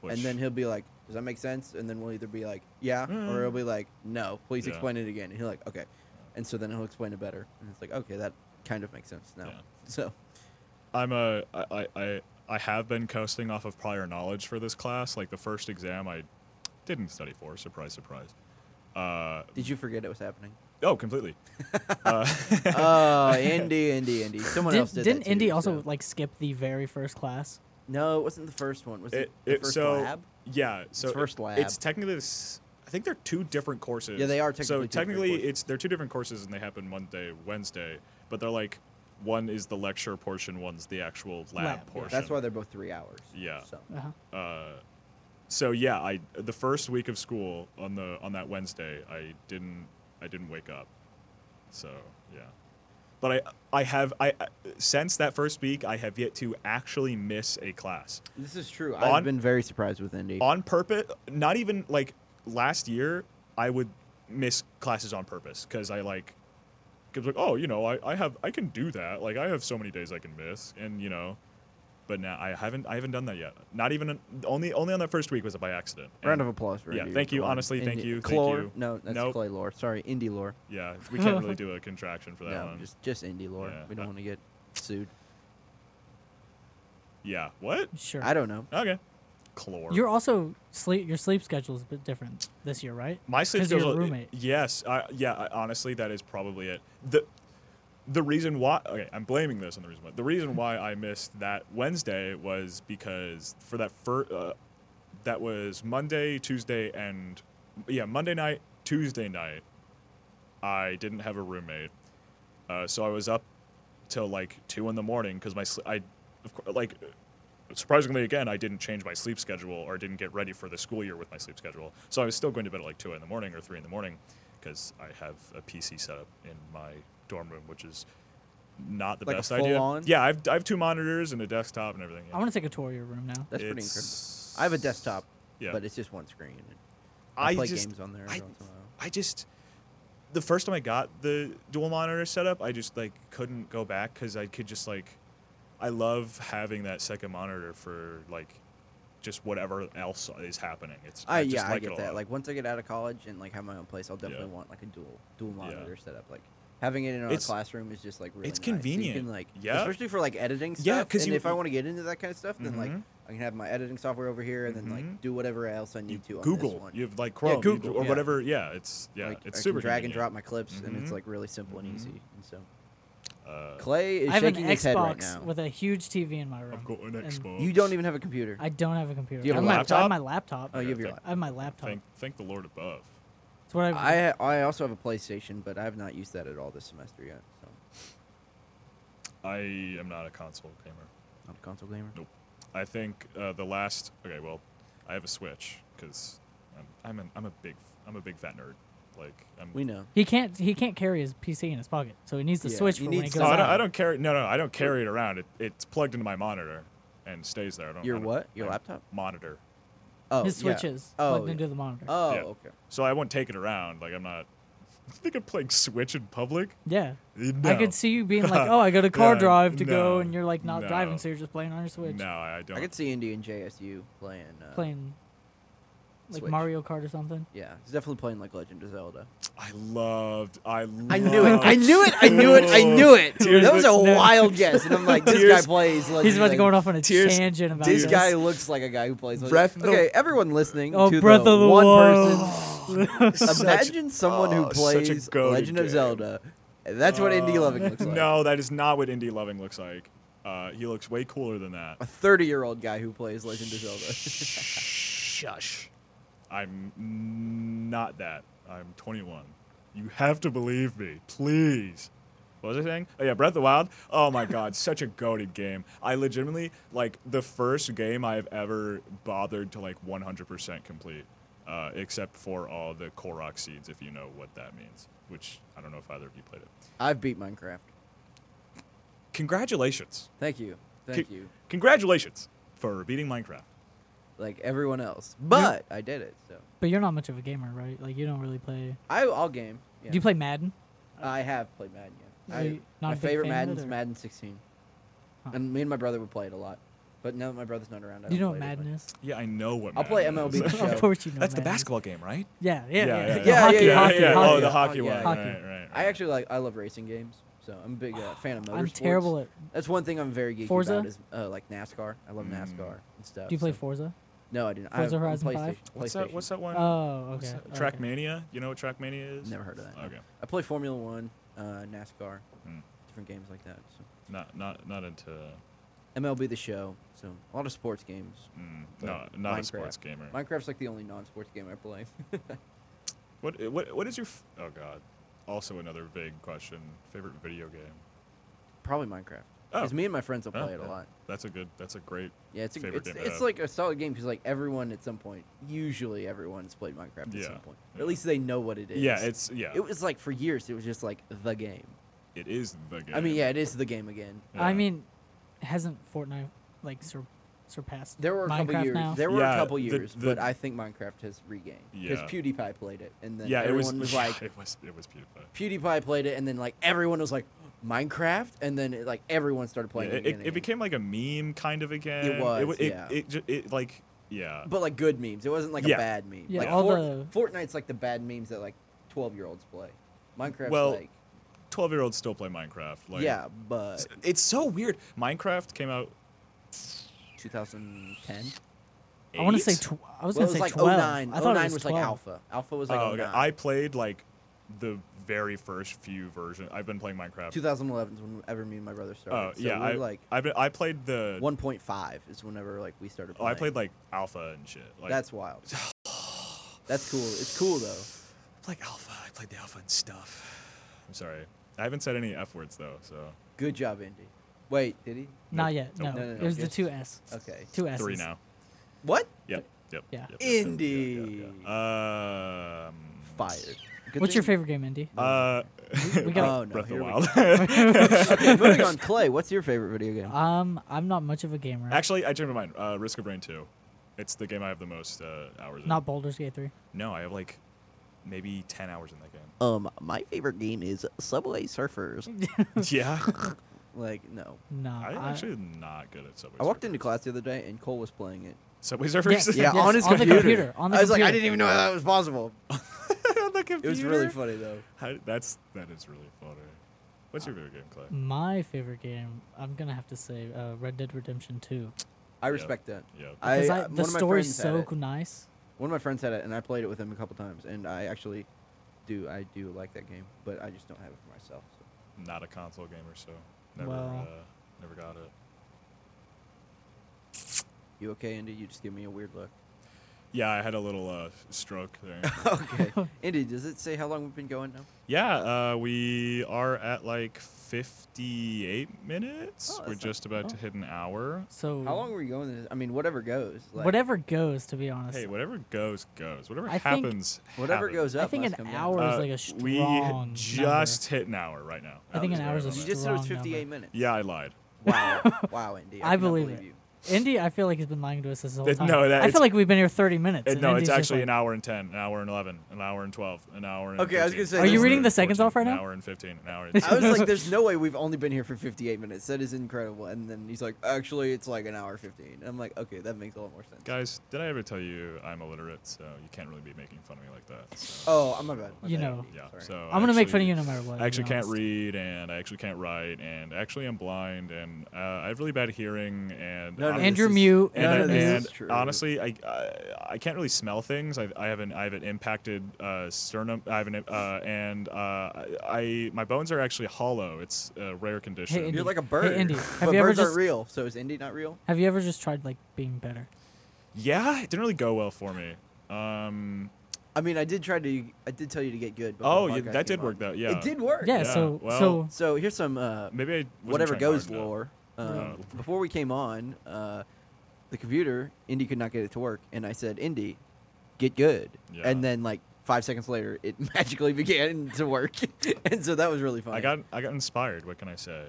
C: Which-
A: and then he'll be like, "Does that make sense?" And then we'll either be like, "Yeah,"
C: Mm.
A: or he'll be like, "No, please
C: Yeah.
A: explain it again." And he'll like, "Okay," and so then he'll explain it better, and it's like, "Okay, that kind of makes sense now."
C: Yeah.
A: So
C: I'm a I, I- I I have been coasting off of prior knowledge for this class. Like the first exam, I didn't study for. Surprise, surprise. Uh,
A: did you forget it was happening?
C: oh, completely. uh,
A: Oh, Indy, Indy, Indy. Someone else did.
B: did,
A: that
B: not Indy
A: too,
B: also
A: so-
B: like skip the very first class?
A: No, it wasn't the first one. Was it,
C: it,
A: the
C: it-
A: first
C: so
A: lab?
C: yeah, so it-
A: first lab.
C: It's technically this. I think they're two different courses.
A: Yeah, they are
C: So
A: technically two different
C: technically,
A: courses.
C: it's they're two different courses, and they happen Monday, Wednesday. But they're like one is the lecture portion, one's the actual lab,
B: Lab, yeah.
C: portion.
A: That's why they're both three hours.
C: Yeah.
A: So
B: Uh-huh.
C: uh, so yeah, I the first week of school on the on that Wednesday, I didn't I didn't wake up. So yeah, but I I have I I- since that first week I have yet to actually miss a class
A: this is true.
C: On-
A: I've been very surprised with Indy.
C: on purpose. Not even like last year, I would miss classes on purpose because I like. Cause like oh you know I, I have I can do that like I have so many days I can miss and you know, but now I haven't I haven't done that yet not even only only on that first week was it by accident And-
A: Round of applause for
C: yeah,
A: Indy.
C: thank you,
A: Come on.
C: honestly, thank
A: Indy-
C: you, thank
A: Clore?
C: you.
A: No, that's
C: Nope.
A: Clay lore. Sorry, Indy lore.
C: Yeah, we can't really do a contraction for that
A: No,
C: one.
A: just just Indy lore.
C: Yeah.
A: We don't
C: Uh,
A: want to get sued.
C: yeah, what?
B: Sure.
A: I don't know.
C: Okay. Chlor.
B: You're also sleep. Your sleep schedule is a bit different this year, right?
C: My sleep
B: 'cause you're a
C: schedule.
B: roommate.
C: Yes. I, yeah. I, honestly, that is probably it. the The reason why. Okay, I'm blaming this on the reason why. The reason why I missed that Wednesday was because for that first, uh, that was Monday, Tuesday, and yeah, Monday night, Tuesday night. I didn't have a roommate, uh, so I was up till like two in the morning because my sl- I, of course, like surprisingly again i didn't change my sleep schedule or didn't get ready for the school year with my sleep schedule so i was still going to bed at like 2 in the morning or 3 in the morning because i have a pc set up in my dorm room which is not the
A: Like a
C: best idea
A: full-on?
C: yeah I've, I have two monitors and a desktop and everything yeah.
B: I want to take a tour of your room now.
A: That's pretty incredible.
C: It's-
A: I have a desktop,
C: yeah
A: but it's just one screen. and I,
C: i
A: play
C: just
A: games on there.
C: I-
A: every once in a while.
C: i just the first time i got the dual monitor setup i just like couldn't go back because i could just like i love having that second monitor for like just whatever else is happening it's
A: I,
C: just
A: yeah, I
C: like it a
A: get that.
C: lot.
A: Like once I get out of college and like have my own place, I'll definitely want like a dual dual monitor setup. Like having it in our
C: It's-
A: classroom is just like really
C: it's
A: nice. So You
C: convenient.
A: can like
C: Yeah.
A: especially for like editing stuff.
C: Yeah, 'cause
A: and
C: you-
A: if I want to get into that kind of stuff, then like
C: Mhm.
A: I can have my editing software over here and then
C: Mhm.
A: like do whatever else I need
C: you
A: to. on this
C: Google.
A: one.
C: You have like Chrome you
A: Google,
C: do- or
A: yeah.
C: whatever. Yeah, it's yeah,
A: like,
C: it's
A: I
C: super
A: can drag and
C: convenient.
A: drop my clips, and it's
C: Mhm.
A: like really simple
C: Mhm.
A: and easy. And so
C: Uh,
A: Clay is
B: I have an
A: shaking his head right
B: Xbox
A: now.
B: with a huge TV in my room.
C: I've got an
B: and
C: Xbox.
A: you don't even have a computer.
B: I don't have a computer.
A: Do you have
B: I
A: a
B: my- I have
C: laptop?
B: my laptop.
A: oh, you have your.
C: Okay.
A: laptop.
B: I have my laptop.
C: Thank, thank the Lord above.
B: It's what I've,
A: I I also have a PlayStation, but I have not used that at all this semester yet. So
C: I am not a console gamer.
A: I'm a console gamer.
C: Nope. I think uh, the last. Okay, well, I have a Switch because I'm I'm, an, I'm a big I'm a big fat nerd. Like I'm.
A: We know.
B: He can't. He can't carry his PC in his pocket, so he needs the
A: Yeah,
B: switch
A: he
B: for when he
A: needs
B: goes
C: No, I
B: out.
C: don't, I don't carry. No, no, I don't carry it around. It, it's plugged into my monitor, and stays there. I don't.
A: Your
C: Oh, I don't-
A: what? Your
C: I-
A: laptop?
C: Monitor.
A: Oh,
B: his
A: yeah.
B: switch is
A: Oh,
B: plugged
A: yeah.
B: into the monitor.
A: oh,
C: Yeah.
A: okay.
C: So I won't take it around. Like I'm not. You think I'm playing Switch in public? Eh,
B: yeah.
C: No.
B: I could see you being like, "Oh, I got a car
C: Yeah,
B: drive to
C: no,
B: go," and you're like not
C: no.
B: driving, so you're just playing on your Switch,
C: No, I don't.
A: I could see Indy and JSU playing. Uh,
B: playing like
A: Switch.
B: Mario Kart or something.
A: Yeah, he's definitely playing like Legend of Zelda.
C: I loved. I. Loved
A: I knew it. I knew it. I knew it. I knew it.
C: Tears
A: that was a
C: with- no.
A: wild guess, and I'm like, this
C: Tears-
A: guy plays. Legend
B: He's about to
A: of
B: go
A: Zelda.
B: off on a
C: Tears-
B: tangent about
A: This
B: this.
A: guy looks like a guy who plays. Legend-
C: Breath of the-
A: okay, everyone listening
B: Oh,
A: to
B: Breath
A: the,
B: of the
A: one
B: Wild.
A: person. Imagine someone who
C: oh, such a
A: plays
C: goated
A: Legend of
C: game.
A: Zelda. That's what Indy
C: Um,
A: Loving looks like.
C: No, that is not what Indie Loving looks like. Uh, he looks way cooler than that.
A: a 30 year old guy who plays Legend of Zelda.
C: Shush. I'm not that. I'm 21. You have to believe me, please. What was I saying? Oh yeah, Breath of the Wild. Oh my God, such a goaded game. I legitimately like the first game I've ever bothered to like 100% complete, uh, except for all the Korok seeds, if you know what that means. Which I don't know if either of you played it.
A: I've beat Minecraft.
C: Congratulations.
A: Thank you. Thank
C: Ki-
A: you.
C: Congratulations for beating Minecraft.
A: Like everyone else. But I did it. So
B: But you're not much of a gamer, right? Like you don't really play.
A: I, I'll game. Yeah.
B: Do you play Madden?
A: I have played Madden. Yeah.
B: Are
A: I-
B: you not
A: my
B: a big
A: favorite
B: fan of it,
A: Madden's
B: or-
A: Madden 16.
B: Huh.
A: And me and my brother would play it a lot. But now that my brother's not around, I
B: Do you
A: don't
B: know what
A: play it as
B: Madden
A: much.
B: is?
C: Yeah, I know what.
A: I'll play
C: Madden is.
A: MLB The Show.
B: of course you know.
C: That's the
B: Madden.
C: basketball game, right?
B: Yeah, yeah, yeah.
C: yeah,
B: The
A: yeah,
B: hockey,
A: yeah,
B: hockey,
A: yeah.
B: hockey.
C: Oh, the hockey
A: Oh,
C: one.
A: yeah.
B: Hockey.
C: Right, right, right.
A: I actually like. I love racing games, so I'm a big uh, fan of motorsports.
B: I'm terrible at.
A: That's one thing I'm very geeky
B: Forza?
A: about is uh, like NASCAR. I love
C: Mm.
A: NASCAR and stuff.
B: Do you play
A: so-
B: Forza?
A: No, I didn't. I
B: Forza
A: have
B: Horizon
A: PlayStation,
B: 5?
C: What's
A: PlayStation.
C: that? What's that one?
B: Oh,
C: What's
B: okay.
C: that-
B: okay.
C: Trackmania. You know what Trackmania is?
A: Never heard of that. no.
C: Okay.
A: I play Formula One, uh, NASCAR,
C: Mm.
A: different games like that. So.
C: Not not not into.
A: MLB The Show, so a lot of sports games.
C: Mm,
A: But
C: no, not a
A: Minecraft.
C: sports gamer.
A: Minecraft's like the only non-sports game I play.
C: What what what is your? F- oh God. Also another vague question. Favorite video game?
A: Probably Minecraft.
C: Oh.
A: Because me and my friends will
C: Oh,
A: play it a
C: yeah.
A: lot.
C: That's a good. That's a great.
A: Yeah, it's a,
C: Favorite
A: it's,
C: game to
A: it's
C: have.
A: like a solid game because like everyone at some point, usually everyone's played Minecraft at
C: Yeah,
A: some point.
C: yeah.
A: At least they know what it is.
C: Yeah, it's yeah.
A: It was like for years, it was just like the game.
C: it is the game.
A: I mean, yeah, it is the game again.
B: I
C: Yeah.
B: mean, hasn't Fortnite like sur- surpassed
A: There were a
B: Minecraft
A: couple years.
B: now?
A: There were
C: Yeah,
A: a couple
C: the-
A: years,
C: the-
A: but I think Minecraft has regained because
C: Yeah.
A: PewDiePie played it, and then
C: Yeah, it was,
A: everyone was like,
C: it was it was PewDiePie.
A: PewDiePie played it, and then like everyone was like Minecraft, and then it, like everyone started playing
C: Yeah,
A: it.
C: it,
A: again
C: it,
A: and
C: it
A: again.
C: became like a meme kind of again.
A: was,
C: It, wa- it,
A: yeah.
C: it, ju- it like yeah.
A: but like good memes. It wasn't like
C: Yeah.
A: a bad meme.
B: Yeah,
A: like,
B: all
A: Fortnite's like the bad memes that like twelve year olds play. Minecraft's
C: Well,
A: like,
C: Twelve year olds still play Minecraft. Like,
A: yeah, but
C: S- It's so weird. Minecraft came out.
A: 2010.
B: I want to say
C: eight?
B: tw- I was
A: Well, it
B: gonna
A: was
B: say
A: like
B: twelve.
A: 09.
B: I thought
A: 09
B: it
A: was,
B: was,
A: like
B: 12.
A: alpha. Alpha was like
C: Oh, okay.
A: 09.
C: I played like the very first few versions. I've been playing Minecraft.
A: 2011 is whenever me and my brother
C: Oh
A: started. so
C: yeah,
A: we
C: I
A: were, like
C: I've been, I played the.
A: 1.5 is whenever like we started.
C: oh,
A: Playing.
C: I played like alpha and shit. Like,
A: That's wild. That's cool. It's cool though.
C: like alpha. I played the alpha and stuff. I'm sorry. I haven't said any f words though. So
A: Good job, Indy. Wait, did he?
B: Not
C: Nope.
B: yet. No,
A: Nope. No, no, no.
B: it was the
A: Yes.
B: two S.
A: Okay.
B: Two S.
C: three now.
A: What?
C: Yep. Yep.
B: Yeah.
C: yep, yep, yep, yep,
A: Indie.
C: yep, yep. Um.
A: Fired. Good
B: What's your
A: thing-
B: favorite game, Indy?
C: Uh.
B: We got-
A: Oh, no,
C: Breath of the
A: here we
C: Wild.
A: Okay, moving on. Clay, what's your favorite video game?
B: Um, I'm not much of a gamer.
C: Actually, I changed my mind. Uh, Risk of Rain 2. It's the game I have the most uh, hours in.
B: not Baldur's Gate three.
C: No, I have like maybe 10 hours in that game.
A: Um, my favorite game is Subway Surfers.
C: yeah.
A: Like, no.
B: No,
C: I'm
B: I-
C: actually not good at Subway
A: I walked
C: Surfers.
A: into class the other day and Cole was playing it.
C: Subway
B: Yeah,
C: Surfers?
B: yeah, Yes, on his on the computer. computer, on the
A: I was like, I
B: computer.
A: didn't even know that was possible.
C: On the computer?
A: It was really funny though.
C: How- that's, that is really funny. What's your favorite game, Clay?
B: my favorite game. I'm gonna have to say uh, Red Dead Redemption two.
A: I
C: Yeah.
A: respect that.
C: Yeah.
A: I,
B: Because
A: uh,
B: I,
A: one
B: the
A: of my
B: story's
A: friends had
B: so
A: it.
B: co- nice.
A: One of my friends had it, and I played it with him a couple times, and I actually do I do like that game, but I just don't have it for myself. So.
C: not a console gamer, so never
B: Well.
C: uh, never got it.
A: You okay, Indy? You just give me a weird look.
C: Yeah, I had a little uh, stroke there.
A: okay. Indy, does it say how long we've been going now?
C: yeah, uh, we are at like 58
A: Oh,
C: minutes.
A: that's
C: We're
A: not-
C: just about to hit an hour.
B: So
A: How long were you going? This? I mean, whatever goes. Like,
B: whatever goes, to be honest.
C: Hey, whatever goes goes. Whatever
B: I think-
C: happens,
A: Whatever
C: happens.
A: goes
B: I
A: up.
B: think
A: must
B: an
A: come down.
B: hour is
C: Uh,
B: like a
C: we
B: strong
C: just hit an hour right now.
B: I think
C: That
B: an
C: was
B: hour is
C: right
B: a
C: on
A: Uh, You
C: it.
A: just said it was
B: strong
A: 58 minutes.
C: Yeah, I lied.
A: Wow. wow, Indy. I,
B: I
A: cannot
B: believe it.
A: You.
B: Indy, I feel like he's been lying to us this whole
C: It-
B: time.
C: no, that-
B: I
C: it's-
B: feel like we've been here 30 minutes.
C: It-
B: and
C: no,
B: Indy's
C: it's
B: just
C: actually
B: like-
C: an hour and 10, an hour and 11, an hour and 12, an hour and
A: Okay, I was gonna
C: 13,
A: say
C: an
A: Are you
C: hour
A: reading
C: and
A: the
B: seconds off right
C: 14, An
B: now?
C: hour and 15, an hour and
A: I was like, there's no way we've only been here for 58 minutes. That is incredible. And then he's like, actually, it's like an hour 15. I'm like, okay, that makes a lot more sense.
C: Guys, did I ever tell you I'm illiterate? So you can't really be making fun of me like that. So,
A: Oh, I'm about.
B: You know.
C: yeah. So
B: I'm gonna make fun of
C: actually-
B: you no matter what. to be
C: I actually can't
B: honest.
C: read, and I actually can't write, and actually I'm blind, and uh, I have really bad hearing, and
A: No, no, this
C: I'm-
B: Andrew uh,
A: is-
B: Mute
C: and,
A: none
C: I-
A: of this
C: and
A: is true.
C: honestly, I, I I can't really smell things. I, I have an I have an impacted uh, sternum. I have an uh, and uh, I, I my bones are actually hollow. It's a rare condition.
B: Indy.
A: You're like a
B: Hey,
A: bird.
B: Indy,
A: but
B: have you ever
A: birds aren't
B: just-
A: real. So is Indy not real?
B: Have you ever just tried like being better?
C: yeah, it didn't really go well for me. Um,
A: I mean, I did try to. I did tell you to get good. before
C: oh,
A: the
C: yeah,
A: podcast
C: that did
A: came
C: work
A: on.
C: though. Yeah,
A: It did work.
B: Yeah.
C: Yeah,
B: so
C: well,
B: so
A: So here's some uh,
C: Maybe I wasn't
A: whatever
C: trying hard
A: goes
C: enough.
A: lore. Um,
C: Oh.
A: before we came on, uh, the computer Indy could not get it to work, and I said, "Indy, get good."
C: Yeah.
A: And then like five seconds later, it magically began to work, and so that was really fun.
C: I got I got inspired. What can I say?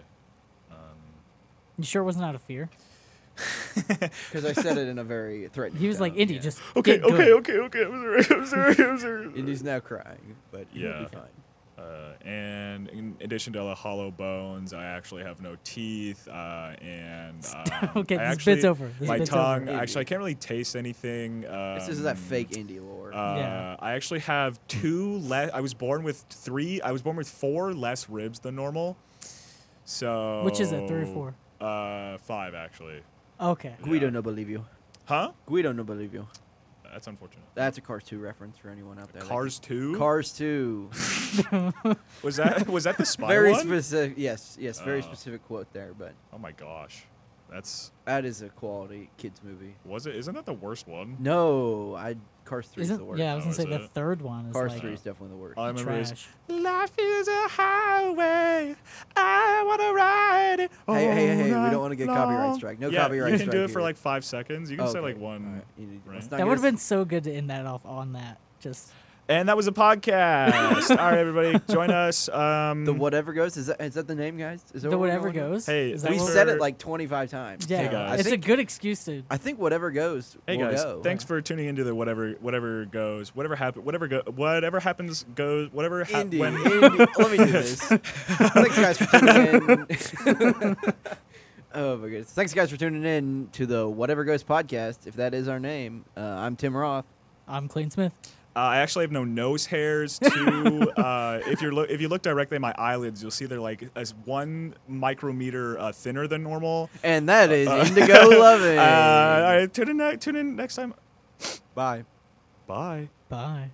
B: you sure it wasn't out of fear?
A: because I said it in a very threatening.
B: He was like,
A: tone.
B: Indy,
A: Yeah.
B: just
C: Okay,
B: get good."
C: okay, okay, okay. I'm sorry. I'm sorry. I'm sorry.
A: Indy's now crying, but yeah,
C: Yeah.
A: be fine.
C: Uh, and in addition to the hollow bones, I actually have no teeth. Uh, and um,
B: Okay,
C: I
B: this
C: actually,
B: bit's over. This
C: my
B: bit's over.
C: tongue.
A: Idiot.
C: Actually, I can't really taste anything. Um,
A: this is that fake Indy lore.
C: Uh,
B: Yeah.
C: I actually have two less. I was born with three. I was born with four less ribs than normal. So
B: Which is it, three or four?
C: Uh, five actually.
B: Okay.
A: Guido
C: yeah.
A: no believe you.
C: Huh?
A: Guido no believe you.
C: That's unfortunate.
A: That's a Cars 2 reference for anyone out there. that-
C: Cars two.
A: Cars 2.
C: was that was that the spy
A: very
C: one?
A: specific. Yes, yes, very
C: Oh.
A: specific quote there, but
C: oh my gosh, that's
A: that is a quality kids movie.
C: was it. Isn't that the worst one?
A: No, I Cars 3 is the
B: Isn't
A: worst.
B: yeah? I was
C: Oh,
B: gonna
C: is
B: say the
C: it?
B: third one is
A: Cars
B: like
A: 3 is definitely the worst.
C: All I remember is
B: trash.
C: Life is a highway. I wanna ride it.
A: hey, hey, hey, hey, we
C: all
A: don't want to get
C: night
A: copyright
C: long.
A: strike. No
C: yeah,
A: copyright
C: you
A: strike.
C: can do it for
A: here.
C: like five seconds. You can say
A: Okay,
C: like one.
A: alright, you need- let's
C: right?
A: not
B: That
A: get
B: would have
A: us-
B: been so good to end that off on that. Just
C: And that was a podcast. all right, everybody, join us. Um,
A: The whatever goes is that is that the name, guys? Is that
B: the
A: what we're
B: whatever
A: going with?
B: goes.
C: Hey,
B: is that
A: We
B: what-
C: thanks
A: said it
C: for-
A: like 25 times.
B: yeah,
C: guys.
A: I
B: it's a
A: think,
B: good excuse to.
A: I think whatever goes.
C: Hey
A: will
C: guys,
A: go.
C: thanks for tuning into the whatever whatever goes, whatever happen, whatever go, whatever happens goes, whatever hap-
A: Indy,
C: when
A: Indy. Let me do this. Thanks, guys, for tuning in. oh, my goodness. Thanks, guys, for tuning in to the Whatever Goes podcast. If that is our name, uh, I'm Tim Roth.
B: I'm Clean Smith.
C: Uh, I actually have no nose hairs. Two, uh, if you're lo- if you look directly at my eyelids, you'll see they're like as one micrometer uh, thinner than normal.
A: And that is Indigo Loving.
C: Uh, all right, tune in, ne- tune in next time.
A: Bye.
C: Bye.
B: Bye.